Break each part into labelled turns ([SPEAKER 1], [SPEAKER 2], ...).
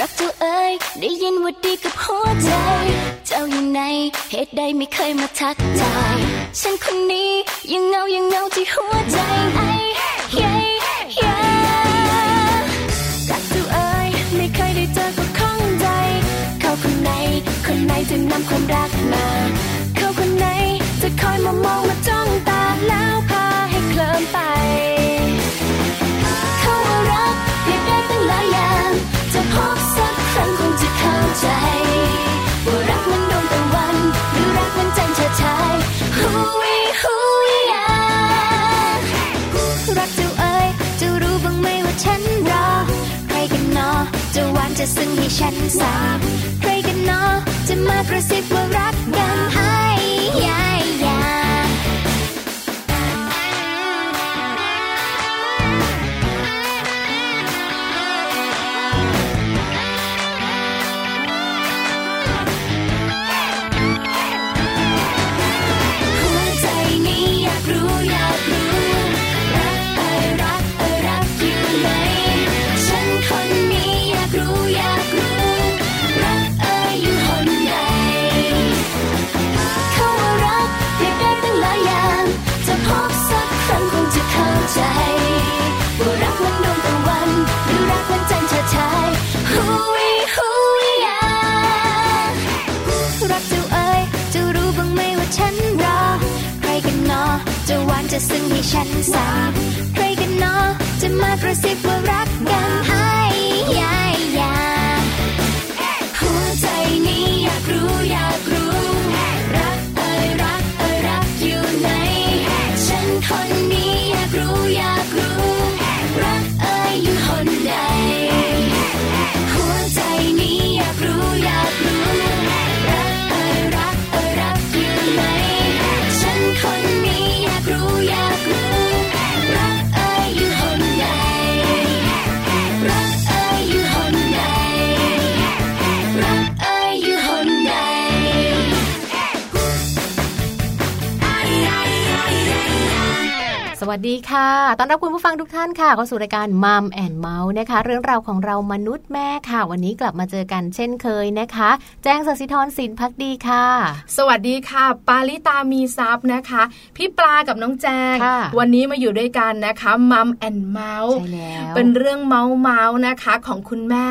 [SPEAKER 1] รักเจ้าเอ้ยได้ยินว่าดีกับหัวใจ เจ้าอยู่ในเหตุใดไม่เคยมาทักทาย ฉันคนนี้ยังเหงายังเหงาที่หัวใจไอ้เย้เย้รักเจ้าเอ้ยไม่เคยได้เจอก็ข้องใจ เขาคนไหน คนไหนจะนำความรักมา เขาคนไหนจะคอยมามองมาจ้องตาแล้วพาให้เคลิ้มไป เขาว่ารักเรียกได้ตั้งหลายอย่าง จะพบสักครั้งคงจะเข้าใจ ว่ารักมันดวงตะวัน หรือรักมันจันทร์ชาชายฮูยฮูยยารักเจ้าเอ๋ยเจะรู้บ้างไหมว่าฉันรอ ใครกันเนาะจะหวานจะซึ้งให้ฉันสาบใครกันเนาะจะมากระซิบว่ารักกันไอ้ยายยา หัวใจนี้อยากรู้อยากรู้ รักเอ่ยรักเอ่ยรักอยู่ไหนฉันคนนี้อยากรู้อยากรู้ รักเอ่ยอยู่หนใดเขาว่ารักเรียกได้ตั้งหลายอย่าง จะพบสักครั้งคงจะเข้าใจ ว่ารักมันดวงตะวันหรือรักมันจันทร์ชาชายฮูยฮูยยา รักเจ้าเอ๋ยเจะรู้บ้างไหมว่าฉันรอ ใครกันเนาะจะหวานจะซึ้งให้ฉันสาบใครกันเนาะจะมากระซิบว่ารักกันไอ้ยายยาหัวใจนี้อยากรู้อยากรู้ รักเอ๋ยรักเอ๋ยรักอยู่ไหนฉันคนนี้อยากรู้อยากรู้ รักเอ๋ยอยู่หนใด หัวใจนี้อยากรู้อยากรู้ รักเอ่ยรักเอ่ยรักอยู่ไหนฉันคนนี้อยากรู้อยากรู้ รักเอ่ยอยู่หนใด รักเอ่ยอยู่หนใด รักเอ่ยอยู่หนใด
[SPEAKER 2] สวัสดีค่ะ ตอนรับคุณผู้ฟังทุกท่านค่ะ เข้าสู่รายการมัมแอนเมาส์นะคะ เรื่องราวของเรามนุษย์แม่ค่ะ วันนี้กลับมาเจอกันเช่นเคยนะคะ แจ้งสัสิธรสินพักดีค่ะ
[SPEAKER 3] สวัสดีค่ะ ปาลิตามีซับนะคะ พี่ปลากับน้องแจง
[SPEAKER 2] ค่ะ
[SPEAKER 3] วันนี้มาอยู่ด้วยกันนะคะมัมแอนเมาส์
[SPEAKER 2] ใช่แล้ว
[SPEAKER 3] เป็นเรื่องเมาส์เมาส์นะคะ ของคุณแม่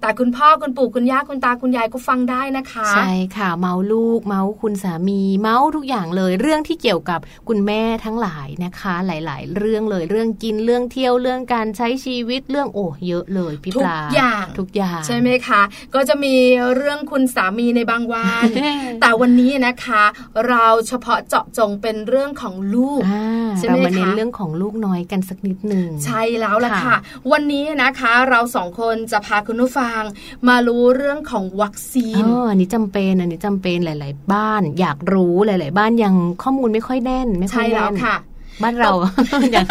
[SPEAKER 3] แต่คุณพ่อคุณปู่คุณย่าคุณตาคุณยายก็ฟังได้นะคะ
[SPEAKER 2] ใช่ค่ะ เมาลูกเมาคุณสามีเมาทุกอย่างเลยเรื่องที่เกี่ยวกับคุณแม่ทั้งหลายนะคะ หลาย ๆ เรื่องเลยเรื่องกินเรื่องเที่ยวเรื่องการใช้ชีวิตเรื่องโอ้เยอะเลยพี่ปลา
[SPEAKER 3] ทุกอย่าง
[SPEAKER 2] ทุกอย่าง
[SPEAKER 3] ใช่ไหมคะ ก็จะมีเรื่องคุณสามีในบางวัน แต่วันนี้นะคะ เราเฉพาะเจาะจงเป็นเรื่องของลูก
[SPEAKER 2] อ่า
[SPEAKER 3] ใช่ไหม
[SPEAKER 2] เรามาเน้น
[SPEAKER 3] คะ
[SPEAKER 2] เรื่องของลูกน้อยกันสักนิดหนึ่ง
[SPEAKER 3] ใช่แล้วล่ะ
[SPEAKER 2] ค่ะ
[SPEAKER 3] ค่ะ วันนี้นะคะเราสองคนจะพาคุณผู้ฟัง มารู้เรื่องของวัคซีน
[SPEAKER 2] เอออันนี้จำเป็นอันนี้จำเป็นหลาย ๆ บ้าน อยากรู้หลาย ๆ บ้านยังข้อมูลไม่ค่อยแน่นไม่ค่
[SPEAKER 3] ใช่
[SPEAKER 2] อย
[SPEAKER 3] แล้
[SPEAKER 2] แน่
[SPEAKER 3] วนค่ะ
[SPEAKER 2] บ้านเรา อย่าง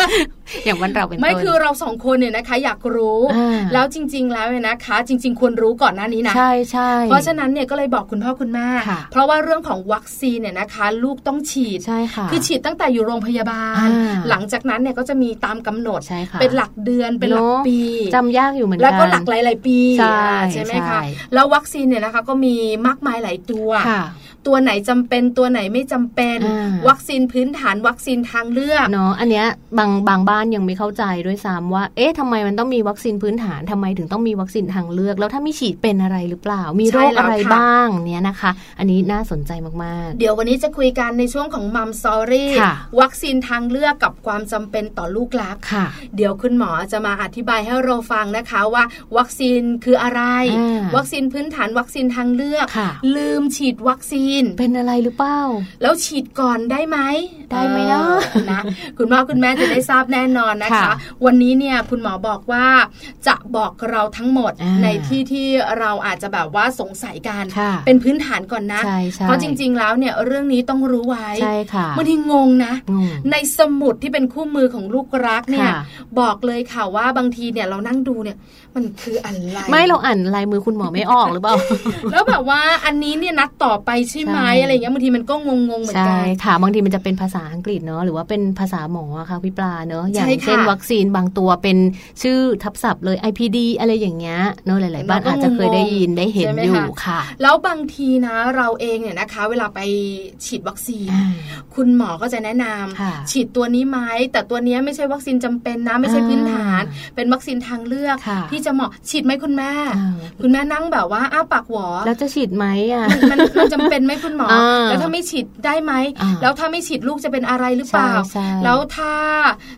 [SPEAKER 2] อย่างบ้านเราเป็นต้น
[SPEAKER 3] ไม่คือเราสองคนเนี่ยนะคะ อยากรู้
[SPEAKER 2] อ่า
[SPEAKER 3] แล้วจริง ๆ แล้วเนี่ยนะคะ จริง ๆ ควรรู้ก่อนหน้านี้นะ
[SPEAKER 2] ใช่ใช่
[SPEAKER 3] เพราะฉะนั้นเนี่ยก็เลยบอกคุณพ่อคุณแม่
[SPEAKER 2] ค่ะ
[SPEAKER 3] เพราะว่าเรื่องของวัคซีนเนี่ยนะคะ ลูกต้องฉีด
[SPEAKER 2] ใช่ค่ะ
[SPEAKER 3] คือฉีดตั้งแต่อยู่โรงพยาบาล
[SPEAKER 2] อ่า
[SPEAKER 3] หลังจากนั้นเนี่ยก็จะมีตามกำหนด
[SPEAKER 2] ใช่ค่ะ
[SPEAKER 3] เป็นหลักเดือนเป็นหลัก
[SPEAKER 2] อะ
[SPEAKER 3] ปี
[SPEAKER 2] จำยากอยู่เหมือนกัน
[SPEAKER 3] แล้วก็หลักหลาย ๆ ปี
[SPEAKER 2] ใช่
[SPEAKER 3] ไหม
[SPEAKER 2] ใช่
[SPEAKER 3] คะแล้ววัคซีนเนี่ยนะคะก็มีมากมายหลายตัว
[SPEAKER 2] ค่ะ
[SPEAKER 3] ตัวไหนจำเป็นตัวไหนไม่จำเป็น
[SPEAKER 2] อ่า
[SPEAKER 3] วัคซีนพื้นฐานวัคซีนทางเลือก
[SPEAKER 2] เนาะอันเนี้ยบางบางบ้านยังไม่เข้าใจด้วยซ้ำว่า เอ๊ะทำไมมันต้องมีวัคซีนพื้นฐานทำไมถึงต้องมีวัคซีนทางเลือก แล้วถ้าไม่ฉีดเป็นอะไรหรือเปล่า มีโรค
[SPEAKER 3] ใช่แล้ว
[SPEAKER 2] อะไร
[SPEAKER 3] ค่ะ
[SPEAKER 2] บ้างเนี้ยนะคะ อันนี้น่าสนใจมาก
[SPEAKER 3] เดี๋ยววันนี้จะคุยกันในช่วงของมัมซอรี่
[SPEAKER 2] ค่ะ
[SPEAKER 3] วัคซีนทางเลือกกับความจำเป็นต่อลูกรัก
[SPEAKER 2] ๆ ค่ะ
[SPEAKER 3] เดี๋ยวคุณหมอจะมาอธิบายให้เราฟังนะคะว่า วัคซีนคืออะไร
[SPEAKER 2] อ่า
[SPEAKER 3] วัคซีนพื้นฐานวัคซีนทางเลือก
[SPEAKER 2] ค่ะ
[SPEAKER 3] ลืมฉีดวัคซีน
[SPEAKER 2] เป็นอะไรหรือเปล่า
[SPEAKER 3] แล้วฉีดก่อนได้ไหม
[SPEAKER 2] ได้ไหมเนอะ
[SPEAKER 3] เออนะ คุณพ่อคุณแม่จะได้ทราบแน่นอนนะคะ
[SPEAKER 2] ค่ะ
[SPEAKER 3] วันนี้เนี่ยคุณหมอบอกว่าจะบอกเราทั้งหมด
[SPEAKER 2] อ่า
[SPEAKER 3] ในที่ที่เราอาจจะแบบว่าสงสัยกัน
[SPEAKER 2] ค่ะ
[SPEAKER 3] เป็นพื้นฐานก่อนนะ
[SPEAKER 2] ใช่ใช่
[SPEAKER 3] เพราะจริง ๆ แล้วเนี่ยเรื่องนี้ต้องรู้ไว้
[SPEAKER 2] ใช่ค่ะ
[SPEAKER 3] บางทีงงนะ
[SPEAKER 2] งง
[SPEAKER 3] ในสมุดที่เป็นคู่มือของลูกรักเนี่ย
[SPEAKER 2] ค่ะ
[SPEAKER 3] บอกเลยค่ะว่าบางทีเนี่ยเรานั่งดูเนี่ย มันคืออะไร
[SPEAKER 2] ไม่เราอ่านลายมือคุณหมอไม่ออกหรือเปล่า
[SPEAKER 3] แล้วแบบว่าอันนี้เนี่ยนัดต่อไปใช่ไหม
[SPEAKER 2] ใช่
[SPEAKER 3] อะไรอย่างเงี้ยบางทีมันก็งงๆเหมือน
[SPEAKER 2] ใช่
[SPEAKER 3] กัน
[SPEAKER 2] ค่ะบางทีมันจะเป็นภาษาอังกฤษเนาะหรือว่าเป็นภาษาหมออะค่ะพี่ปลาเนาะอย่าง
[SPEAKER 3] ใช่ค่ะ
[SPEAKER 2] เช่นวัคซีนบางตัวเป็นชื่อทับศัพท์เลย IPD อะไรอย่างเงี้ยเนาะหลาย ๆ บ้าน
[SPEAKER 3] เราก็
[SPEAKER 2] อาจจะเคยได้ยินได้เห็น
[SPEAKER 3] ใช่ไหม
[SPEAKER 2] อยู่
[SPEAKER 3] คะ
[SPEAKER 2] ค่ะ
[SPEAKER 3] แล้วบางทีนะเราเองเนี่ยนะคะ เวลาไปฉีดวัคซีน คุณหมอก็จะแนะนำ
[SPEAKER 2] ค่ะ
[SPEAKER 3] ฉีดตัวนี้ไหมแต่ตัวเนี้ยไม่ใช่วัคซีนจำเป็นนะ ไม่ใช่
[SPEAKER 2] อ่า
[SPEAKER 3] พื้นฐาน เป็นวัคซีนทางเลือก
[SPEAKER 2] ค่ะ
[SPEAKER 3] ที่จะเหมาะฉีดไหมคุณแม่
[SPEAKER 2] อ่า
[SPEAKER 3] คุณแม่นั่งแบบว่าอ้าปากหวอ
[SPEAKER 2] แล้วจะฉีดไหมอ่ะ
[SPEAKER 3] มันมันจำเป็นไหมคุณหมอ
[SPEAKER 2] อ่า
[SPEAKER 3] แล้วถ้าไม่ฉีดได้ไหม
[SPEAKER 2] อ่า
[SPEAKER 3] แล้วถ้าไม่ฉีดลูกจะเป็นอะไรหรือเปล่า
[SPEAKER 2] ใช่ใช่
[SPEAKER 3] แล้วถ้า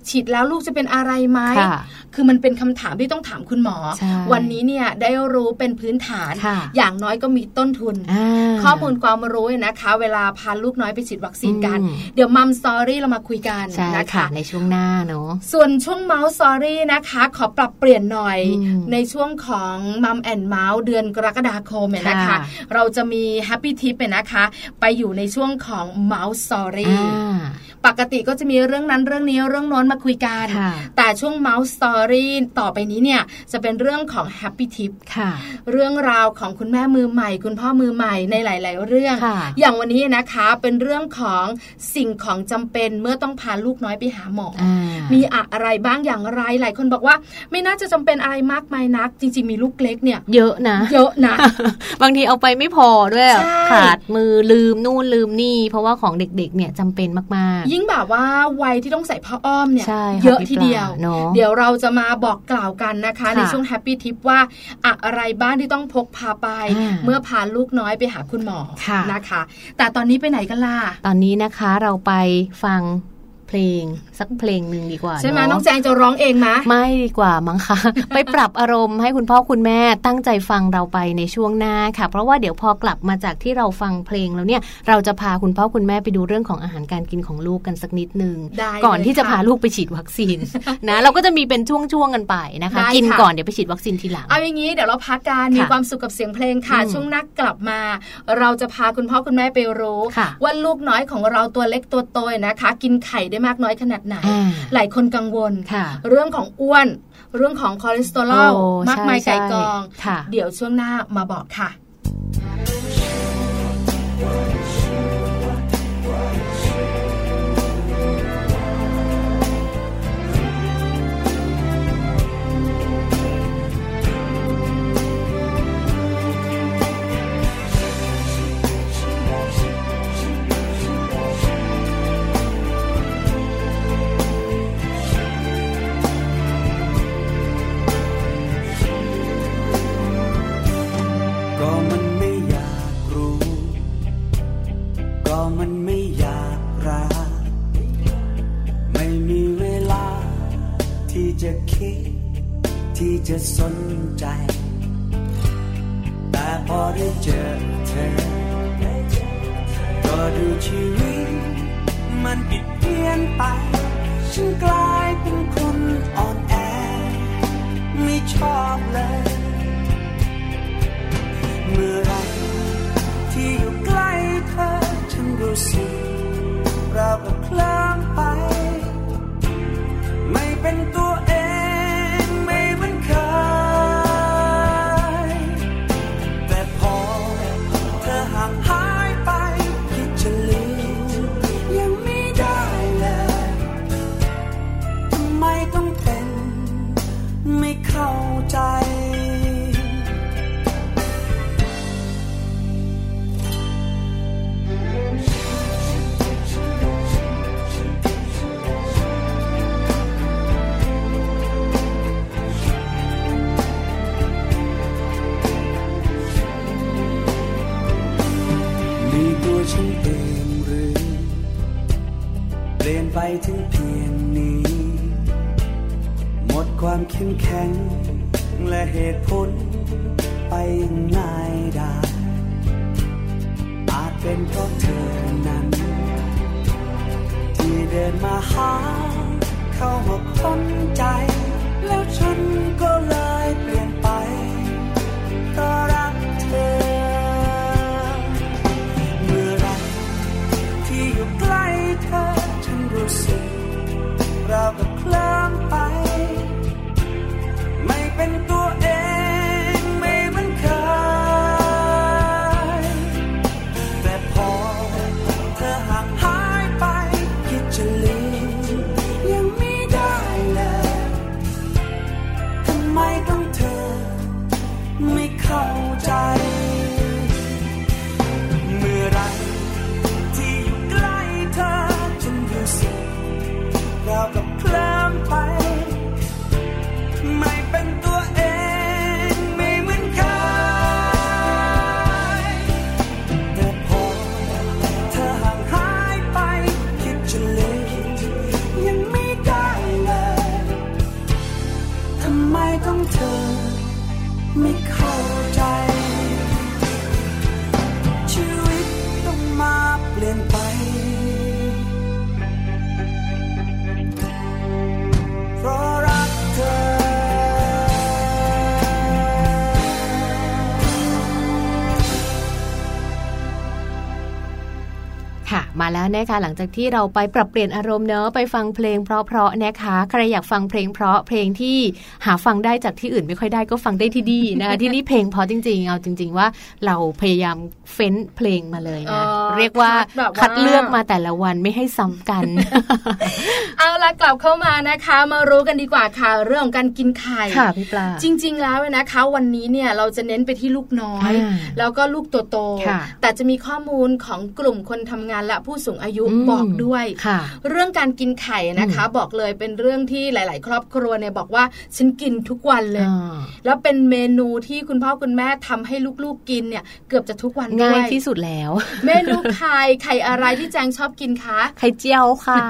[SPEAKER 3] ฉีดแล้วลูกจะเป็นอะไรไหม
[SPEAKER 2] ค่ะ
[SPEAKER 3] คือมันเป็นคำถามที่ต้องถามคุณหมอ
[SPEAKER 2] ใช่
[SPEAKER 3] วันนี้เนี่ยได้รู้เป็นพื้นฐาน
[SPEAKER 2] ค่ะ
[SPEAKER 3] อย่างน้อยก็มีต้นทุน
[SPEAKER 2] อ่า
[SPEAKER 3] ข้อมูลความรู้เนี่ยนะคะ เวลาพาลูกน้อยไปฉีดวัคซีนกัน
[SPEAKER 2] อืม
[SPEAKER 3] เดี๋ยวมัมสอรี่เรามาคุยกัน
[SPEAKER 2] ใช่
[SPEAKER 3] นะ
[SPEAKER 2] ค่ะ
[SPEAKER 3] คะ
[SPEAKER 2] ในช่วงหน้าเนาะ
[SPEAKER 3] ส่วนช่วงเมาส์สอรี่นะคะ ขอปรับเปลี่ยนหน่อย
[SPEAKER 2] อืม
[SPEAKER 3] ในช่วงของมัมแอนเมาส์เดือนกรกฎาคมเนี่ยนะคะ
[SPEAKER 2] ค่ะ
[SPEAKER 3] เราจะมีแฮปปี้ทิปเนี่ยนะคะ ไปอยู่ในช่วงของเมาส์สอ
[SPEAKER 2] อ่
[SPEAKER 3] รี่
[SPEAKER 2] า
[SPEAKER 3] ปกติก็จะมีเรื่องนั้นเรื่องนี้เรื่องโน้นมาคุยกัน
[SPEAKER 2] ค่ะ
[SPEAKER 3] แต่ช่วงเมาส์สอรี่ต่อไปนี้เนี่ยจะเป็นเรื่องของแฮปปี้ทิป
[SPEAKER 2] ค่ะ
[SPEAKER 3] เรื่องราวของคุณแม่มือใหม่ คุณพ่อมือใหม่ในหลาย ๆ เรื่อง
[SPEAKER 2] ค่ะ
[SPEAKER 3] อย่างวันนี้นะคะเป็นเรื่องของสิ่งของจำเป็นเมื่อต้องพาลูกน้อยไปหาหมออ
[SPEAKER 2] อ่า
[SPEAKER 3] มีอะไรบ้างอย่างไรหลายคนบอกว่า ไม่น่าจะจำเป็นอะไรมากมายนัก จริง ๆ มีลูกเล็กเนี่ย
[SPEAKER 2] เยอะ นะ
[SPEAKER 3] เยอะนะ
[SPEAKER 2] บางทีเอาไปไม่พอด้วยอะ
[SPEAKER 3] ใช่
[SPEAKER 2] ขาดมือลืมนู่นลืมนี่ เพราะว่าของเด็กๆ เนี่ยจำเป็นมากๆ
[SPEAKER 3] ยิ่งแบบว่าวัยที่ต้องใส่ผ้าอ้อมเนี่ย
[SPEAKER 2] ใช่ค่ะ
[SPEAKER 3] เยอะ
[SPEAKER 2] พี่ปลา
[SPEAKER 3] ทีเดียว
[SPEAKER 2] เนอะ
[SPEAKER 3] เดี๋ยวเราจะมาบอกกล่าวกันนะคะ
[SPEAKER 2] ค่ะ
[SPEAKER 3] ในช่วงแฮปปี้ทิปว่าอะไรบ้างที่ต้องพกพาไป
[SPEAKER 2] อ่า
[SPEAKER 3] เมื่อพาลูกน้อยไปหาคุณหมอ
[SPEAKER 2] ค่ะ
[SPEAKER 3] นะคะ แต่ตอนนี้ไปไหนกันล่ะ
[SPEAKER 2] ตอนนี้นะคะเราไปฟังเพลงสักเพลงหนึ่งดีกว่า
[SPEAKER 3] ใช่ไหม
[SPEAKER 2] เะ
[SPEAKER 3] น้องแจงจะร้องเองไหม
[SPEAKER 2] ไม่ดีกว่ามั้งคะ ไปปรับอารมณ์ให้คุณพ่อคุณแม่ตั้งใจฟังเราไปในช่วงหน้าค่ะ เพราะว่าเดี๋ยวพอกลับมาจากที่เราฟังเพลงแล้วเนี่ย เราจะพาคุณพ่อคุณแม่ไปดูเรื่องของอาหารการกินของลูกกันสักนิดนึง
[SPEAKER 3] ได้
[SPEAKER 2] ก่อนที่จะ
[SPEAKER 3] เลยค่
[SPEAKER 2] พาลูกไปฉีดวัคซีน นะ เราก็จะมีเป็นช่วงๆกันไปนะคะ
[SPEAKER 3] ได้
[SPEAKER 2] กิน
[SPEAKER 3] ค่ะ
[SPEAKER 2] ก่อนเดี๋ยวไปฉีดวัคซีนทีหลัง
[SPEAKER 3] เอาอย่างนี้เดี๋ยวเราพักการมี
[SPEAKER 2] ค่ะ
[SPEAKER 3] ความสุขกับเสียงเพลงค่ะ
[SPEAKER 2] อืม
[SPEAKER 3] ช่วงหนักกลับมา เราจะพาคุณพ่อคุณแม่ไปรู้
[SPEAKER 2] ค่ะ
[SPEAKER 3] ว่าลูกน้อยของเราตัวเล็กตัวโตนะคะ กินไข่ได้มากน้อยขนาดไหน
[SPEAKER 2] อ่า
[SPEAKER 3] หลายคนกังวล
[SPEAKER 2] ค่ะ
[SPEAKER 3] เรื่องของอ้วน เรื่องของคอเลสเตอรอล
[SPEAKER 2] โอ้
[SPEAKER 3] มากมาย
[SPEAKER 2] ใช่
[SPEAKER 3] ไก่กอง
[SPEAKER 2] ค่ะ
[SPEAKER 3] เดี๋ยวช่วงหน้ามาบอกค่ะ
[SPEAKER 4] ก็มันไม่อยากรู้ ก็มันไม่อยากรัก ไม่มีเวลา ที่จะคิด ที่จะสนใจ แต่พอได้เจอเธอ ก็ดูชีวิต มันผิดเพี้ยนไป ฉันกลายเป็นคนอ่อนแอ ไม่ชอบเลย เมื่อไหรที่อยู่ใกล้เธอ ฉันรู้สึกเราวกับเคลิ้มไป ไม่เป็นตัวเองไม่เหมือนเคยแต่พอเธอห่างหายไป คิดจะลืมยังไม่ได้เลยทำไมต้องเป็นไม่เข้าใจ มีตัวฉันเองหรือเปลี่ยนไปถึงเพียงนี้ หมดความเข้มแข็ง และเหตุผลไปยังไงได้อาจเป็นเพราะเธอนั้น ที่ได้ ดินมาหา เข้ามาพ้นใจ แล้วฉันก็เลยเปลี่ยนไป ก็รักเธอ เมื่อไหรที่อยู่ใกล้เธอ ฉันรู้สึกราวกับเคลิ้มไป ไม่เป็นตัวเองไม่เหมือนเคย แต่พอเธอห่างหายไป คิดจะลืมยังไม่ได้เลยทำไมต้องเธอ ไม่เข้าใจ เมื่อไหรที่อยู่ใกล้เธอ ฉันรู้สึกราวกับเคลิ้มไป ไม่เป็นตัวเองไม่เหมือนเคย แต่พอเธอห่างหายไป คิดจะลืมยังไม่ได้เลย ทำไมต้องเธอ ไม่เข้าใจ ชีวิตต้องมาเปลี่ยนไป เพราะรักเธอ
[SPEAKER 2] ค่ะมาแล้วนะคะหลังจากที่เราไปปรับเปลี่ยนอารมณ์เนอะไปฟังเพลงเพราะๆนะคะ ใครอยากฟังเพลงเพราะเพลงที่หาฟังได้จากที่อื่นไม่ค่อยได้ก็ฟังได้ที่ดีนะคะ ที่นี่เพลงเพราะจริงๆ เอาจริง ๆ ว่าเราพยายามเฟ้นเพลงมาเลยนะ
[SPEAKER 3] เออ
[SPEAKER 2] เรียกว่า
[SPEAKER 3] คัดแบบว่า
[SPEAKER 2] คัดเลือกมาแต่ละวันไม่ให้ซ้ำกัน
[SPEAKER 3] เอาละกลับเข้ามานะคะ มารู้กันดีกว่าค่ะเรื่องของการกินไข่
[SPEAKER 2] ค่ะพี่ปลา
[SPEAKER 3] จริง ๆ แล้วนะคะ วันนี้เนี่ยเราจะเน้นไปที่ลูกน้อย
[SPEAKER 2] อ่า
[SPEAKER 3] แล้วก็ลูกตัวโต
[SPEAKER 2] ค่ะ
[SPEAKER 3] แต่จะมีข้อมูลของกลุ่มคนทำงานและผู้สูงอายุ
[SPEAKER 2] อืม
[SPEAKER 3] บอกด้วย
[SPEAKER 2] ค่ะ
[SPEAKER 3] เรื่องการกินไข่นะคะ บอกเลยเป็นเรื่องที่หลาย ๆ ครอบครัวเนี่ยบอกว่าฉันกินทุกวันเลย แล้วเป็นเมนูที่คุณพ่อคุณแม่ทำให้ลูก ๆ กินเนี่ย เกือบจะทุกวันด้
[SPEAKER 2] ง่า
[SPEAKER 3] วย ย
[SPEAKER 2] ที่สุดแล้ว
[SPEAKER 3] เมนูไข่ไข่อะไรที่แจงชอบกินคะ
[SPEAKER 2] ไข่เจียวค่ะ